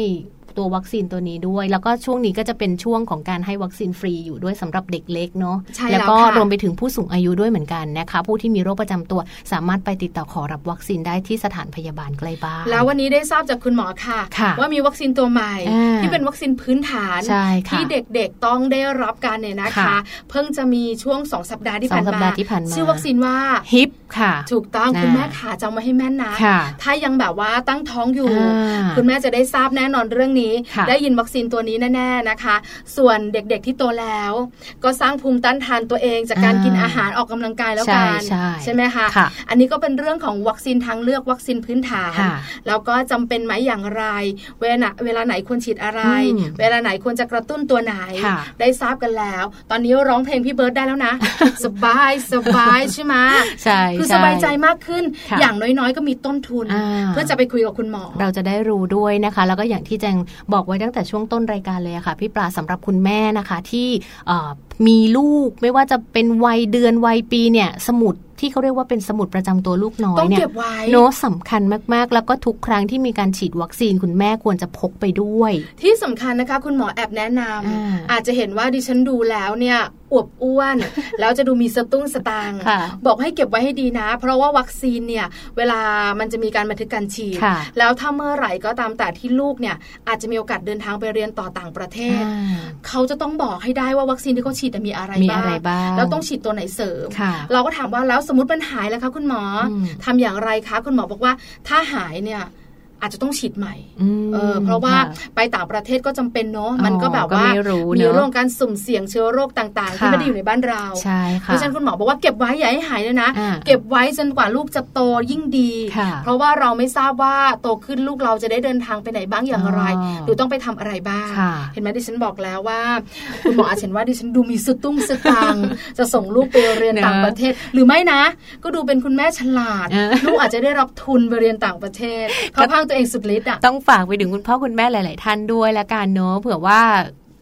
[SPEAKER 2] ตัววัคซีนตัวนี้ด้วย แล้วก็ช่วงนี้ก็จะเป็นช่วงของการให้วัคซีนฟรีอยู่ด้วยสำหรับเด็กเล็กเนาะ
[SPEAKER 3] ใช่แล้ว
[SPEAKER 2] แล้วก็
[SPEAKER 3] ค่ะ
[SPEAKER 2] รวมไปถึงผู้สูงอายุด้วยเหมือนกันนะคะ ผู้ที่มีโรคประจำตัวสามารถไปติดต่อขอรับวัคซีนได้ที่สถานพยาบาลใกล้บ้าน
[SPEAKER 3] แล้ววันนี้ได้ทราบจากคุณหมอค่ะ
[SPEAKER 2] ค่ะ
[SPEAKER 3] ว่ามีวัคซีนตัวใหม่
[SPEAKER 2] อ่า
[SPEAKER 3] ที่เป็นวัคซีนพื้นฐาน
[SPEAKER 2] ใช่ค่ะ
[SPEAKER 3] ที่เด็กๆต้องได้รับการเนี่ยนะคะ
[SPEAKER 2] ค่ะ
[SPEAKER 3] เพิ่งจะมีช่วง 2 สัปดาห์ที่
[SPEAKER 2] สอ
[SPEAKER 3] ผ่าน
[SPEAKER 2] งสัป
[SPEAKER 3] มา
[SPEAKER 2] ดาห์ที่ผ่านมา
[SPEAKER 3] ชื่อวัคซีนว่า
[SPEAKER 2] ฮิปค่ะ
[SPEAKER 3] ถูกต้อง
[SPEAKER 2] อ่า
[SPEAKER 3] คุณแม่ขาจำไว้ให้แม่นนะ
[SPEAKER 2] ค่ะ
[SPEAKER 3] ถ้ายังแบบว่าตั้งท้องอยู่
[SPEAKER 2] อ่า
[SPEAKER 3] คุณแม่จะได้ทราบแน่นอนเรื่องนี้
[SPEAKER 2] ค่ะ
[SPEAKER 3] ได้ยินวัคซีนตัวนี้แน่ๆนะคะ ส่วนเด็กๆที่โตแล้ว ก็สร้างภูมิต้านทานตัวเองจากการ
[SPEAKER 2] อ่า
[SPEAKER 3] กินอาหารออกกำลังกายแล้วกัน
[SPEAKER 2] ใช่ใช่
[SPEAKER 3] ไหมคะ
[SPEAKER 2] ค่ะ
[SPEAKER 3] อันนี้ก็เป็นเรื่องของวัคซีนทางเลือกวัคซีนพื้นฐาน
[SPEAKER 2] ค่ะ
[SPEAKER 3] แล้วก็จำเป็นไหมอย่างไร เวลาเวลาไหนควรฉีดอะไร
[SPEAKER 2] อืม
[SPEAKER 3] เวลาไหนควรจะกระตุ้นตัวไหน
[SPEAKER 2] ค่ะ
[SPEAKER 3] ได้ทราบกันแล้ว ตอนนี้ร้องเพลงพี่เบิร์ดได้ แล้วนะ สบายสบายใช่ไหม
[SPEAKER 2] ใช่
[SPEAKER 3] คือ
[SPEAKER 2] ช่
[SPEAKER 3] สบายใจมากขึ้น
[SPEAKER 2] ค่ะ
[SPEAKER 3] อย่างน้อยๆ ก็มีต้นทุน
[SPEAKER 2] อ่า
[SPEAKER 3] เพื่อจะไปคุยกับคุณหมอ
[SPEAKER 2] เราจะได้รู้ด้วยนะคะ แล้วก็อย่างที่แจงบอกไว้ตั้งแต่ช่วงต้นรายการเลยอะค่ะ พี่ปลาสำหรับคุณแม่นะคะที่เอ่อมีลูกไม่ว่าจะเป็นวัยเดือนวัยปีเนี่ยสมุดที่เขาเรียกว่าเป็นสมุดประจำตัวลูกน้อ
[SPEAKER 3] ต้
[SPEAKER 2] ย
[SPEAKER 3] อง
[SPEAKER 2] เนี่
[SPEAKER 3] เก็
[SPEAKER 2] ย
[SPEAKER 3] บไว้
[SPEAKER 2] โน้ตสำคัญมากๆ แล้วก็ทุกครั้งที่มีการฉีดวัคซีนคุณแม่ควรจะพกไปด้วย
[SPEAKER 3] ที่สำคัญนะคะ คุณหมอแอบแนะนำ
[SPEAKER 2] อ่า
[SPEAKER 3] อาจจะเห็นว่าดิฉันดูแล้วเนี่ยอวบอ้วน แล้วจะดูมีสตุ้งสตางค์
[SPEAKER 2] ค่ะ
[SPEAKER 3] บอกให้เก็บไว้ให้ดีนะ เพราะว่าวัคซีนเนี่ยเวลามันจะมีการบันทึกการฉีด
[SPEAKER 2] ค่ะ
[SPEAKER 3] แล้วถ้าเมื่อไหร่ก็ตามแต่ที่ลูกเนี่ยอาจจะมีโอกาสเดินทางไปเรียนต่อต่างประเทศ
[SPEAKER 2] อ่า
[SPEAKER 3] เขาจะต้องบอกให้ได้ว่าวัคซีนที่เขาฉีดน่ะมีอะไร
[SPEAKER 2] มีอะไรบ้าง
[SPEAKER 3] แล้วต้องฉีดตัวไหนเสริม
[SPEAKER 2] ค่ะ
[SPEAKER 3] เราก็ถามว่าแล้วสมมติมันหายแล้วคะคุณหมออ
[SPEAKER 2] ม
[SPEAKER 3] ทำอย่างไรคะคุณหมอบอกว่าถ้าหายเนี่ยอาจจะต้องฉีดใหม่
[SPEAKER 2] ม
[SPEAKER 3] เออเพราะว่า
[SPEAKER 2] ค่
[SPEAKER 3] ไปต่างประเทศก็จำเป็นเนาะ
[SPEAKER 2] อ๋อ
[SPEAKER 3] มันก็แบบว่า
[SPEAKER 2] ก็ไม่รู้เนอะ
[SPEAKER 3] มีโรคการสุ่มเสี่ยงเชื้อโรคต่างๆ ที่
[SPEAKER 2] ค่ะ
[SPEAKER 3] ไม่ได้อยู่ในบ้านเรา
[SPEAKER 2] ใช่
[SPEAKER 3] เพ
[SPEAKER 2] ค่ะ
[SPEAKER 3] ราะฉะนั้นคุณหมอบอกว่าเก็บไว้อย่าให้หายเลยนะ
[SPEAKER 2] อ่า
[SPEAKER 3] เก็บไว้จนกว่าลูกจะโตยิ่งดี
[SPEAKER 2] ค่ะ
[SPEAKER 3] เพราะว่าเราไม่ทราบว่าโตขึ้นลูกเราจะได้เดินทางไปไหนบ้างอย่างไร
[SPEAKER 2] อ๋อ
[SPEAKER 3] หรือต้องไปทำอะไรบ้าง
[SPEAKER 2] ค่ะ
[SPEAKER 3] เห็นไหมดิฉันบอกแล้วว่า คุณหมออาจเห็นว่าดิฉันดูมีสตุ้งสตาง ค์จะส่งลูกไปเรียน
[SPEAKER 2] เนอะ
[SPEAKER 3] ต่างประเทศ หรือไม่นะ ก็ดูเป็นคุณแม่ฉลาด
[SPEAKER 2] เออ
[SPEAKER 3] ลูกอาจจะได้รับทุนไปเรียนต่างประเทศเขาพังตัวเองสุดฤทธิ์อะ
[SPEAKER 2] ต้องฝากไปถึงคุณพ่อคุณแม่หลาย ๆ ท่านด้วยละกันเนาะเผื่อว่า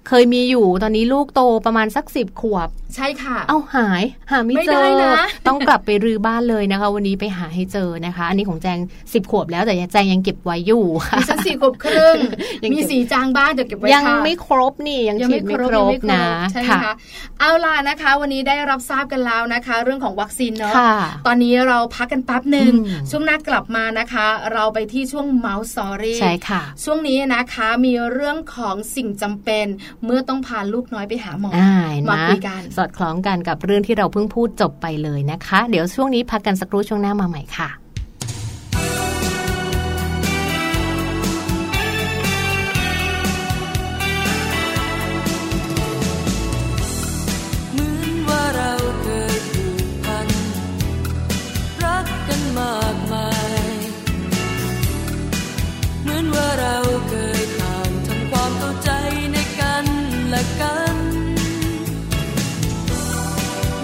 [SPEAKER 2] เคยมีอยู่ตอนนี้ลูกโตประมาณสักสิบขวบ
[SPEAKER 3] ใช่ค่ะ
[SPEAKER 2] เอาหายหาไม่เจ
[SPEAKER 3] ไม่
[SPEAKER 2] อ
[SPEAKER 3] ได้นะ
[SPEAKER 2] ต้องกลับไปรื้อบ้านเลยนะคะ วันนี้ไปหาให้เจอนะคะ อันนี้ของแจงสิบขวบแล้วแต่แจงยังเก็บไว้อยู่ค่ะ
[SPEAKER 3] ดิฉันสี่ขวบครึ่ง
[SPEAKER 2] ยังเก็บ
[SPEAKER 3] มีสีจางบ้างเดี๋ยวเก็บไว้
[SPEAKER 2] ยัง
[SPEAKER 3] ค่ะ
[SPEAKER 2] ไม่ครบนี่ยัง
[SPEAKER 3] ยัง
[SPEAKER 2] ฉีด
[SPEAKER 3] ไม่ค
[SPEAKER 2] ไม่
[SPEAKER 3] รบ
[SPEAKER 2] คร
[SPEAKER 3] ยัง
[SPEAKER 2] บ
[SPEAKER 3] ไม่คร
[SPEAKER 2] นะ
[SPEAKER 3] บใช่ไหม
[SPEAKER 2] ค่ะ
[SPEAKER 3] คะเอาล่ะนะคะ วันนี้ได้รับทราบกันแล้วนะคะ เรื่องของวัคซีนเนาะ
[SPEAKER 2] ค่ะ
[SPEAKER 3] ตอนนี้เราพักกันแป๊บหนึ่ง
[SPEAKER 2] อืม
[SPEAKER 3] ช่วงหน้ากลับมานะคะ เราไปที่ช่วง Mouse Story
[SPEAKER 2] ใช่ค่ะ
[SPEAKER 3] ช่วงนี้นะคะมีเรื่องของสิ่งจำเป็น เมื่อต้องพาลูกน้อยไปหาหมออ
[SPEAKER 2] อ่าเห็นไห
[SPEAKER 3] มาคุยกัน
[SPEAKER 2] สอดคล้องกันกับเรื่องที่เราเพิ่งพูดจบไปเลยนะคะ เดี๋ยวช่วงนี้พักกันสักครู่ช่วงหน้ามาใหม่ค่ะ
[SPEAKER 9] เหมือนว่าเราเคยผูกพัน รักกันมากมาย เหมือนว่าเราเคยผ่านทำความเข้าใจในกันและกัน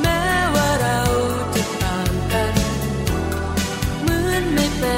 [SPEAKER 9] แม้ว่าเราจะต่างกัน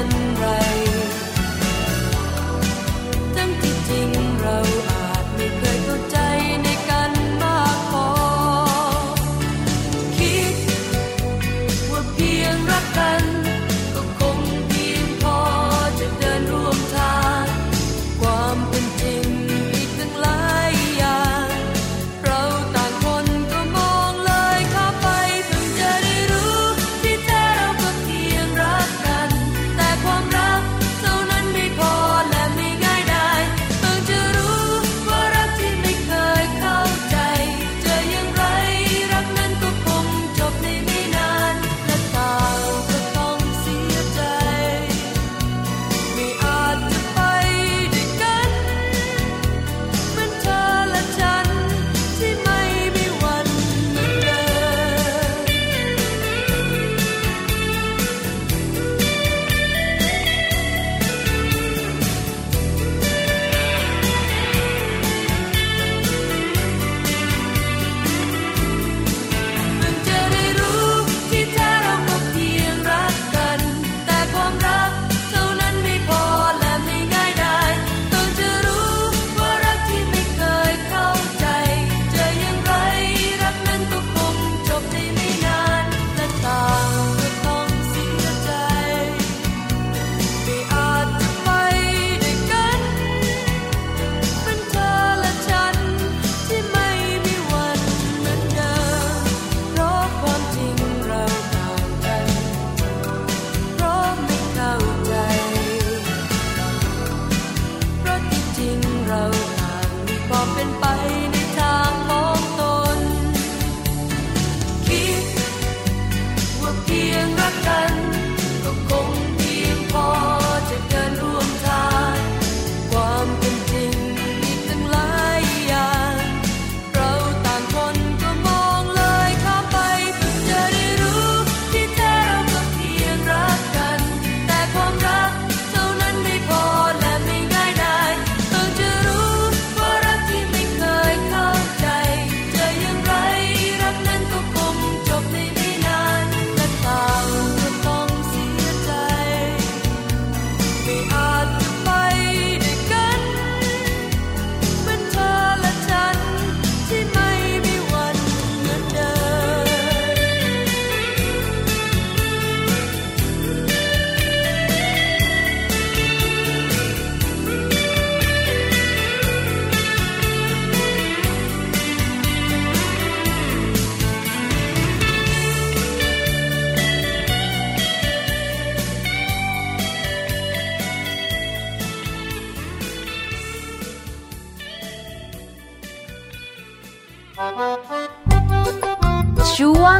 [SPEAKER 6] ช่วง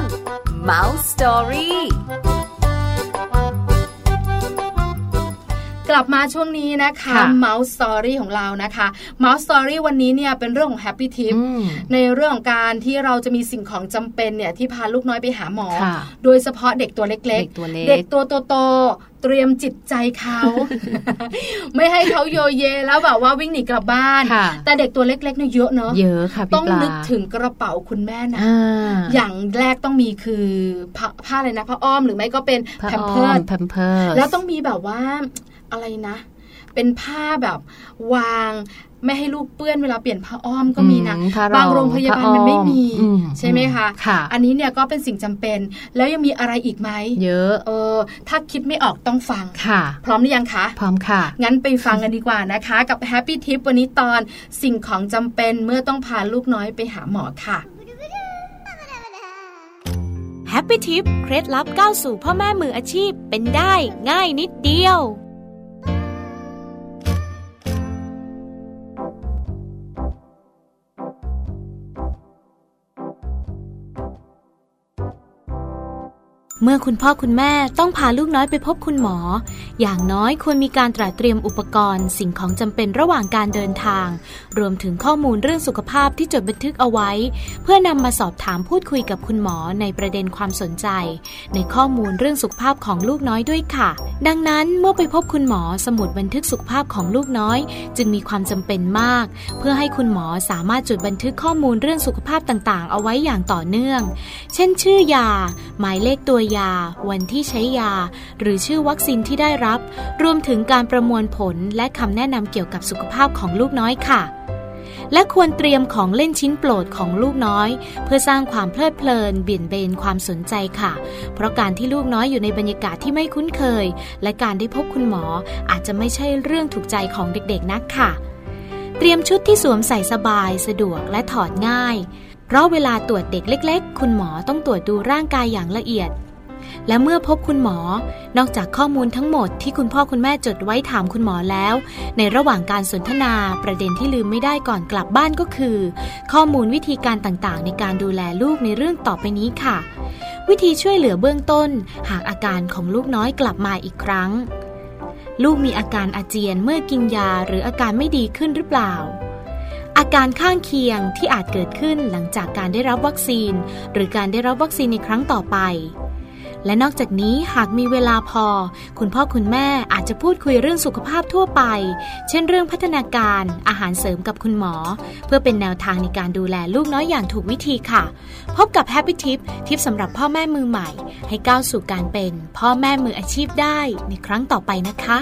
[SPEAKER 6] Mouse Story
[SPEAKER 3] กลับมาช่วงนี้นะคะ
[SPEAKER 2] ค่ะ
[SPEAKER 3] เมาส์สตอรี่ของเรานะคะเมาส์สตอรี่วันนี้เนี่ยเป็นเรื่องของแฮปปี้ทิป
[SPEAKER 2] อืม
[SPEAKER 3] ในเรื่องของการที่เราจะมีสิ่งของจำเป็นเนี่ยที่พาลูกน้อยไปหาหมอ
[SPEAKER 2] ค่ะ
[SPEAKER 3] โดยเฉพาะเด็กตัวเล็
[SPEAKER 2] เด็
[SPEAKER 3] ก
[SPEAKER 2] กตัวเล็
[SPEAKER 3] ๆ เด็ก
[SPEAKER 2] ก
[SPEAKER 3] ตัวโตๆเตรียมจิตใจเขา ไม่ให้เขาโยเยแล้วแบบว่าวิ่งหนีกลับบ้าน
[SPEAKER 2] ค่ะ
[SPEAKER 3] แต่เด็กตัวเล็กๆเนี่ยเยอะเนอะ
[SPEAKER 2] เยอะค่ะพี่ปลา
[SPEAKER 3] ต้องนึกถึงกระเป๋าคุณแม่นะ
[SPEAKER 2] อ่า
[SPEAKER 3] อย่างแรกต้องมีคือผ้าผ้าอะไรนะผ้าอ้อมหรือไม่ก็เป็น
[SPEAKER 2] พระ
[SPEAKER 3] แผ่น
[SPEAKER 2] อ้
[SPEAKER 3] เพิ
[SPEAKER 2] อ
[SPEAKER 3] ร์
[SPEAKER 2] ม
[SPEAKER 3] ด
[SPEAKER 2] แพมเพิร์ส
[SPEAKER 3] แล้วต้องมีแบบว่าอะไรนะ เป็นผ้าแบบวาง ไม่ให้ลูกเปื้อนเวลาเปลี่ยนผ้าอ้อมก็มีนะ
[SPEAKER 2] อืมผ้ารอง
[SPEAKER 3] บางโรงพยาบาล
[SPEAKER 2] ผ้าอ้อม
[SPEAKER 3] มันไม่มี
[SPEAKER 2] อืม
[SPEAKER 3] ใช่ไหมคะ
[SPEAKER 2] ค่ะ
[SPEAKER 3] อันนี้เนี่ยก็เป็นสิ่งจำเป็น แล้วยังมีอะไรอีกไหม
[SPEAKER 2] เยอะ
[SPEAKER 3] เออ ถ้าคิดไม่ออกต้องฟัง
[SPEAKER 2] ค่ะ
[SPEAKER 3] พร้อมหรือยังคะ
[SPEAKER 2] พร้อมค่ะ
[SPEAKER 3] งั้นไปฟังกันดีกว่านะคะ กับ Happy Tip วันนี้ตอนสิ่งของจำเป็นเมื่อต้องพาลูกน้อยไปหาหมอค่ะ
[SPEAKER 10] แฮปปี้ทิปเคล็ดลับก้าวสู่พ่อแม่มืออาชีพเป็นได้ง่ายนิดเดียว เมื่อคุณพ่อคุณแม่ต้องพาลูกน้อยไปพบคุณหมอ อย่างน้อยควรมีการตระเตรียมอุปกรณ์ สิ่งของจำเป็นระหว่างการเดินทาง รวมถึงข้อมูลเรื่องสุขภาพที่จดบันทึกเอาไว้ เพื่อนำมาสอบถามพูดคุยกับคุณหมอในประเด็นความสนใจ ในข้อมูลเรื่องสุขภาพของลูกน้อยด้วยค่ะ ดังนั้นเมื่อไปพบคุณหมอสมุดบันทึกสุขภาพของลูกน้อย จึงมีความจำเป็นมาก เพื่อให้คุณหมอสามารถจดบันทึกข้อมูลเรื่องสุขภาพต่างๆ เอาไว้อย่างต่อเนื่อง เช่น ชื่อยา หมายเลขตัวยา วันที่ใช้ยา หรือชื่อวัคซีนที่ได้รับ รวมถึงการประมวลผลและคำแนะนำเกี่ยวกับสุขภาพของลูกน้อยค่ะ และควรเตรียมของเล่นชิ้นโปรดของลูกน้อย เพื่อสร้างความเพลิดเพลินเบี่ยนเบนความสนใจค่ะ เพราะการที่ลูกน้อยอยู่ในบรรยากาศที่ไม่คุ้นเคย และการได้พบคุณหมออาจจะไม่ใช่เรื่องถูกใจของเด็กๆนักค่ะ เตรียมชุดที่สวมใส่สบายสะดวกและถอดง่าย เพราะเวลาตรวจเด็กเล็ก ๆ คุณหมอต้องตรวจดูร่างกายอย่างละเอียด และเมื่อพบคุณหมอ นอกจากข้อมูลทั้งหมดที่คุณพ่อคุณแม่จดไว้ถามคุณหมอแล้ว ในระหว่างการสนทนาประเด็นที่ลืมไม่ได้ก่อนกลับบ้านก็คือ ข้อมูลวิธีการต่างๆ ในการดูแลลูกในเรื่องต่อไปนี้ค่ะ วิธีช่วยเหลือเบื้องต้น หากอาการของลูกน้อยกลับมาอีกครั้ง ลูกมีอาการอาเจียนเมื่อกินยาหรืออาการไม่ดีขึ้นหรือเปล่า อาการข้างเคียงที่อาจเกิดขึ้นหลังจากการได้รับวัคซีน หรือการได้รับวัคซีนในครั้งต่อไป และนอกจากนี้หากมีเวลาพอ คุณพ่อคุณแม่อาจจะพูดคุยเรื่องสุขภาพทั่วไป เช่นเรื่องพัฒนาการ อาหารเสริมกับคุณหมอ เพื่อเป็นแนวทางในการดูแลลูกน้อยอย่างถูกวิธีค่ะ พบกับ Happy Tip ทิปสำหรับพ่อแม่มือใหม่ ให้ก้าวสู่การเป็นพ่อแม่มืออาชีพได้ในครั้งต่อไปนะคะ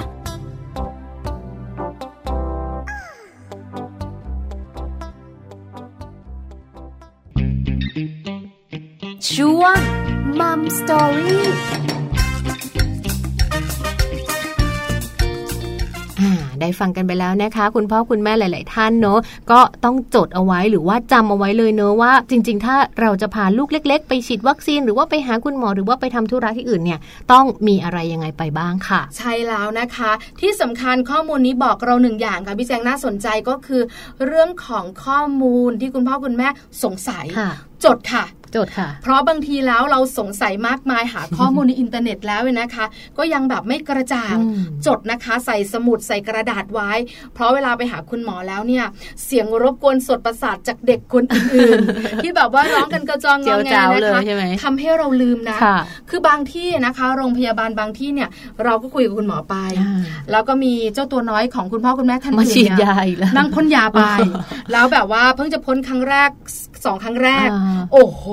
[SPEAKER 6] ช่วง มัมสตอรี่
[SPEAKER 2] อ่าได้ฟังกันไปแล้วนะคะ คุณพ่อคุณแม่หลาย ๆ ท่านเนอะก็ต้องจดเอาไว้หรือว่าจำเอาไว้เลยเนอะว่า จริง ๆ ถ้าเราจะพาลูกเล็ก ๆ ไปฉีดวัคซีน หรือว่าไปหาคุณหมอหรือว่าไปทำธุระที่อื่นเนี่ย ต้องมีอะไรยังไงไปบ้างค่ะ
[SPEAKER 3] ใช่แล้วนะคะ ที่สำคัญข้อมูลนี้บอกเราหนึ่งอย่างค่ะพี่แจงน่าสนใจก็คือ เรื่องของข้อมูลที่คุณพ่อคุณแม่สงสัย
[SPEAKER 2] ค่ะ
[SPEAKER 3] จดค่ะ
[SPEAKER 2] จดค่ะ
[SPEAKER 3] เพราะบางทีแล้วเราสงสัยมากมายหาข้อมูลในอินเทอร์เน็ตแล้วเนี่ยนะคะ ก็ยังแบบไม่กระจ่าง
[SPEAKER 2] อืม
[SPEAKER 3] จดนะคะ ใส่สมุดใส่กระดาษไว้ เพราะเวลาไปหาคุณหมอแล้วเนี่ย เสียงรบกวนสดประสาทจากเด็กคนอื่ นๆ ที่แบบว่าร้องกันกระจองง
[SPEAKER 2] เจีย
[SPEAKER 3] อ
[SPEAKER 2] ว
[SPEAKER 3] แง
[SPEAKER 2] เจ้า
[SPEAKER 3] นะ
[SPEAKER 2] เลย
[SPEAKER 3] คะ
[SPEAKER 2] ใช่ไหม
[SPEAKER 3] ทำให้เราลืมนะ
[SPEAKER 2] ค่ะ
[SPEAKER 3] คือบางที่นะคะ โรงพยาบาลบางที่เนี่ย เราก็คุยกับคุณหมอไป
[SPEAKER 2] อ่า
[SPEAKER 3] แล้วก็มีเจ้าตัวน้อยของคุณพ่อคุณแม่ท่าน
[SPEAKER 2] มา
[SPEAKER 3] อื่น
[SPEAKER 2] ฉีด
[SPEAKER 3] เนี่ย
[SPEAKER 2] าอีกแล้ว
[SPEAKER 3] นั่งพ่นยาไป แล้วแบบว่าเพิ่งจะพ้นครั้งแรกสองครั้งแรก
[SPEAKER 2] อ่า
[SPEAKER 3] โอ้โห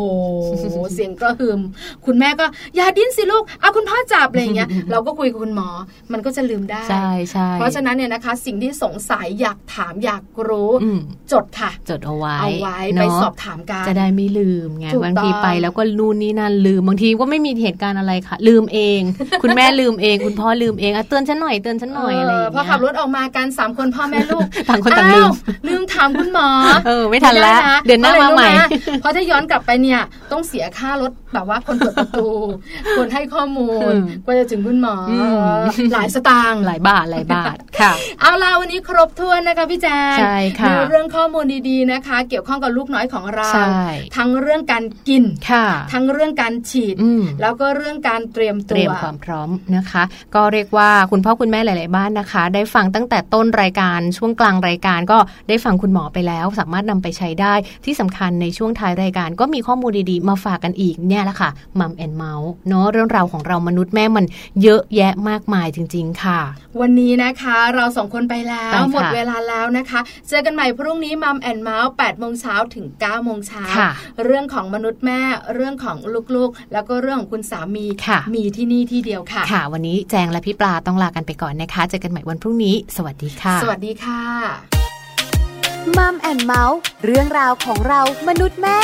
[SPEAKER 3] เสียงกระหึ่มคุณแม่ก็อย่าดิ้นสิลูกเอาคุณพ่อจับอะ ไรอย่างเงี้ย เราก็คุยกับคุณหมอ มันก็จะลืมได้
[SPEAKER 2] ใช่ใช่
[SPEAKER 3] เพราะฉะนั้นเนี่ยนะคะ สิ่งที่สงสัยอยากถามอยากรู้
[SPEAKER 2] อืม
[SPEAKER 3] จดค่ะ
[SPEAKER 2] จดเอาไว้
[SPEAKER 3] เอาไว้ไป
[SPEAKER 2] เนะ
[SPEAKER 3] สอบถามกัน
[SPEAKER 2] จะได้ไม่ลืมไง
[SPEAKER 3] ถูก
[SPEAKER 2] บางที
[SPEAKER 3] ต้อง
[SPEAKER 2] ไปแล้วก็นู่นนี่นั่นลืมบางทีก็ไม่มีเหตุการณ์อะไรค่ะ ลืมเอง คุณแม่ลืมเองคุณพ่อลืมเองอ่ะเตือนฉันหน่อยเตือนฉันหน่อยอะไรอย่าง
[SPEAKER 3] เออ
[SPEAKER 2] เงี้ย
[SPEAKER 3] พอขับรถออกมากันสามคนพ่อแม่ ลูก
[SPEAKER 2] ต่างคนต่างลืม
[SPEAKER 3] อ้วลืมถามคุณหมอ
[SPEAKER 2] เออไม่ทันแล้ว
[SPEAKER 3] ไม่ไะ
[SPEAKER 2] เดือนหน้า
[SPEAKER 3] พ
[SPEAKER 2] มา
[SPEAKER 3] ระะไร
[SPEAKER 2] ใหม่
[SPEAKER 3] รู้ะเพราะถ้าย้อนกลับไปเนี่ยต้องเสียค่ารถไป แบบว่าคนเปิดประตู คนให้ข้อมูล
[SPEAKER 2] อืม
[SPEAKER 3] กว่าจะถึงคุณหมออ
[SPEAKER 2] ม
[SPEAKER 3] หลายสตางค์
[SPEAKER 2] หลายบาทหลายบาทค่ะ
[SPEAKER 3] เอาล่ะวันนี้ครบถ้วนนะคะพี่แจง
[SPEAKER 2] ใช่ค่ะ
[SPEAKER 3] มีเรื่องข้อมูลดีๆนะคะ เกี่ยวข้องกับลูกน้อยของเรา
[SPEAKER 2] ใช่
[SPEAKER 3] ทั้งเรื่องการกิน
[SPEAKER 2] ค่ะ
[SPEAKER 3] ทั้งเรื่องการฉีด
[SPEAKER 2] อืม
[SPEAKER 3] แล้วก็เรื่องการเตรียม
[SPEAKER 2] เต
[SPEAKER 3] ตัว
[SPEAKER 2] รียมความพร้อมนะคะ ก็เรียกว่าคุณพ่อคุณแม่หลาย ๆ บ้านนะคะ ได้ฟังตั้งแต่ต้นรายการช่วงกลางรายการก็ได้ฟังคุณหมอไปแล้ว สามารถนำไปใช้ได้ที่สำคัญในช่วงท้ายรายการ ก็มีข้อมูลดีๆ มาฝากกันอีกเนี่ยแหละค่ะมัมแอนเมาส์เนาะเรื่องราวของเรามนุษย์แม่มันเยอะแยะมากมายจริง ๆ ค่ะ
[SPEAKER 3] วันนี้นะคะเราสองคนไปแล้
[SPEAKER 2] ไป
[SPEAKER 3] ว
[SPEAKER 2] ค่ะ
[SPEAKER 3] หมดเวลาแล้วนะคะ เจอกันใหม่พรุ่งนี้มัมแอนเมาส์8โมงเช้าถึง9โมงเช้า
[SPEAKER 2] ค่ะ
[SPEAKER 3] เรื่องของมนุษย์แม่เรื่องของลูกๆ แล้วก็เรื่องของคุณสามี
[SPEAKER 2] ค่ะ
[SPEAKER 3] มีที่นี่ที่เดียวค่ะ
[SPEAKER 2] ค่ะ วันนี้แจงและพี่ปลาต้องลากันไปก่อนนะคะ เจอกันใหม่วันพรุ่งนี้ สวัสดีค่ะ
[SPEAKER 3] สวัสดีค่ะ
[SPEAKER 6] มัมแอนเมาส์เรื่องราวของเรามนุษย์แม่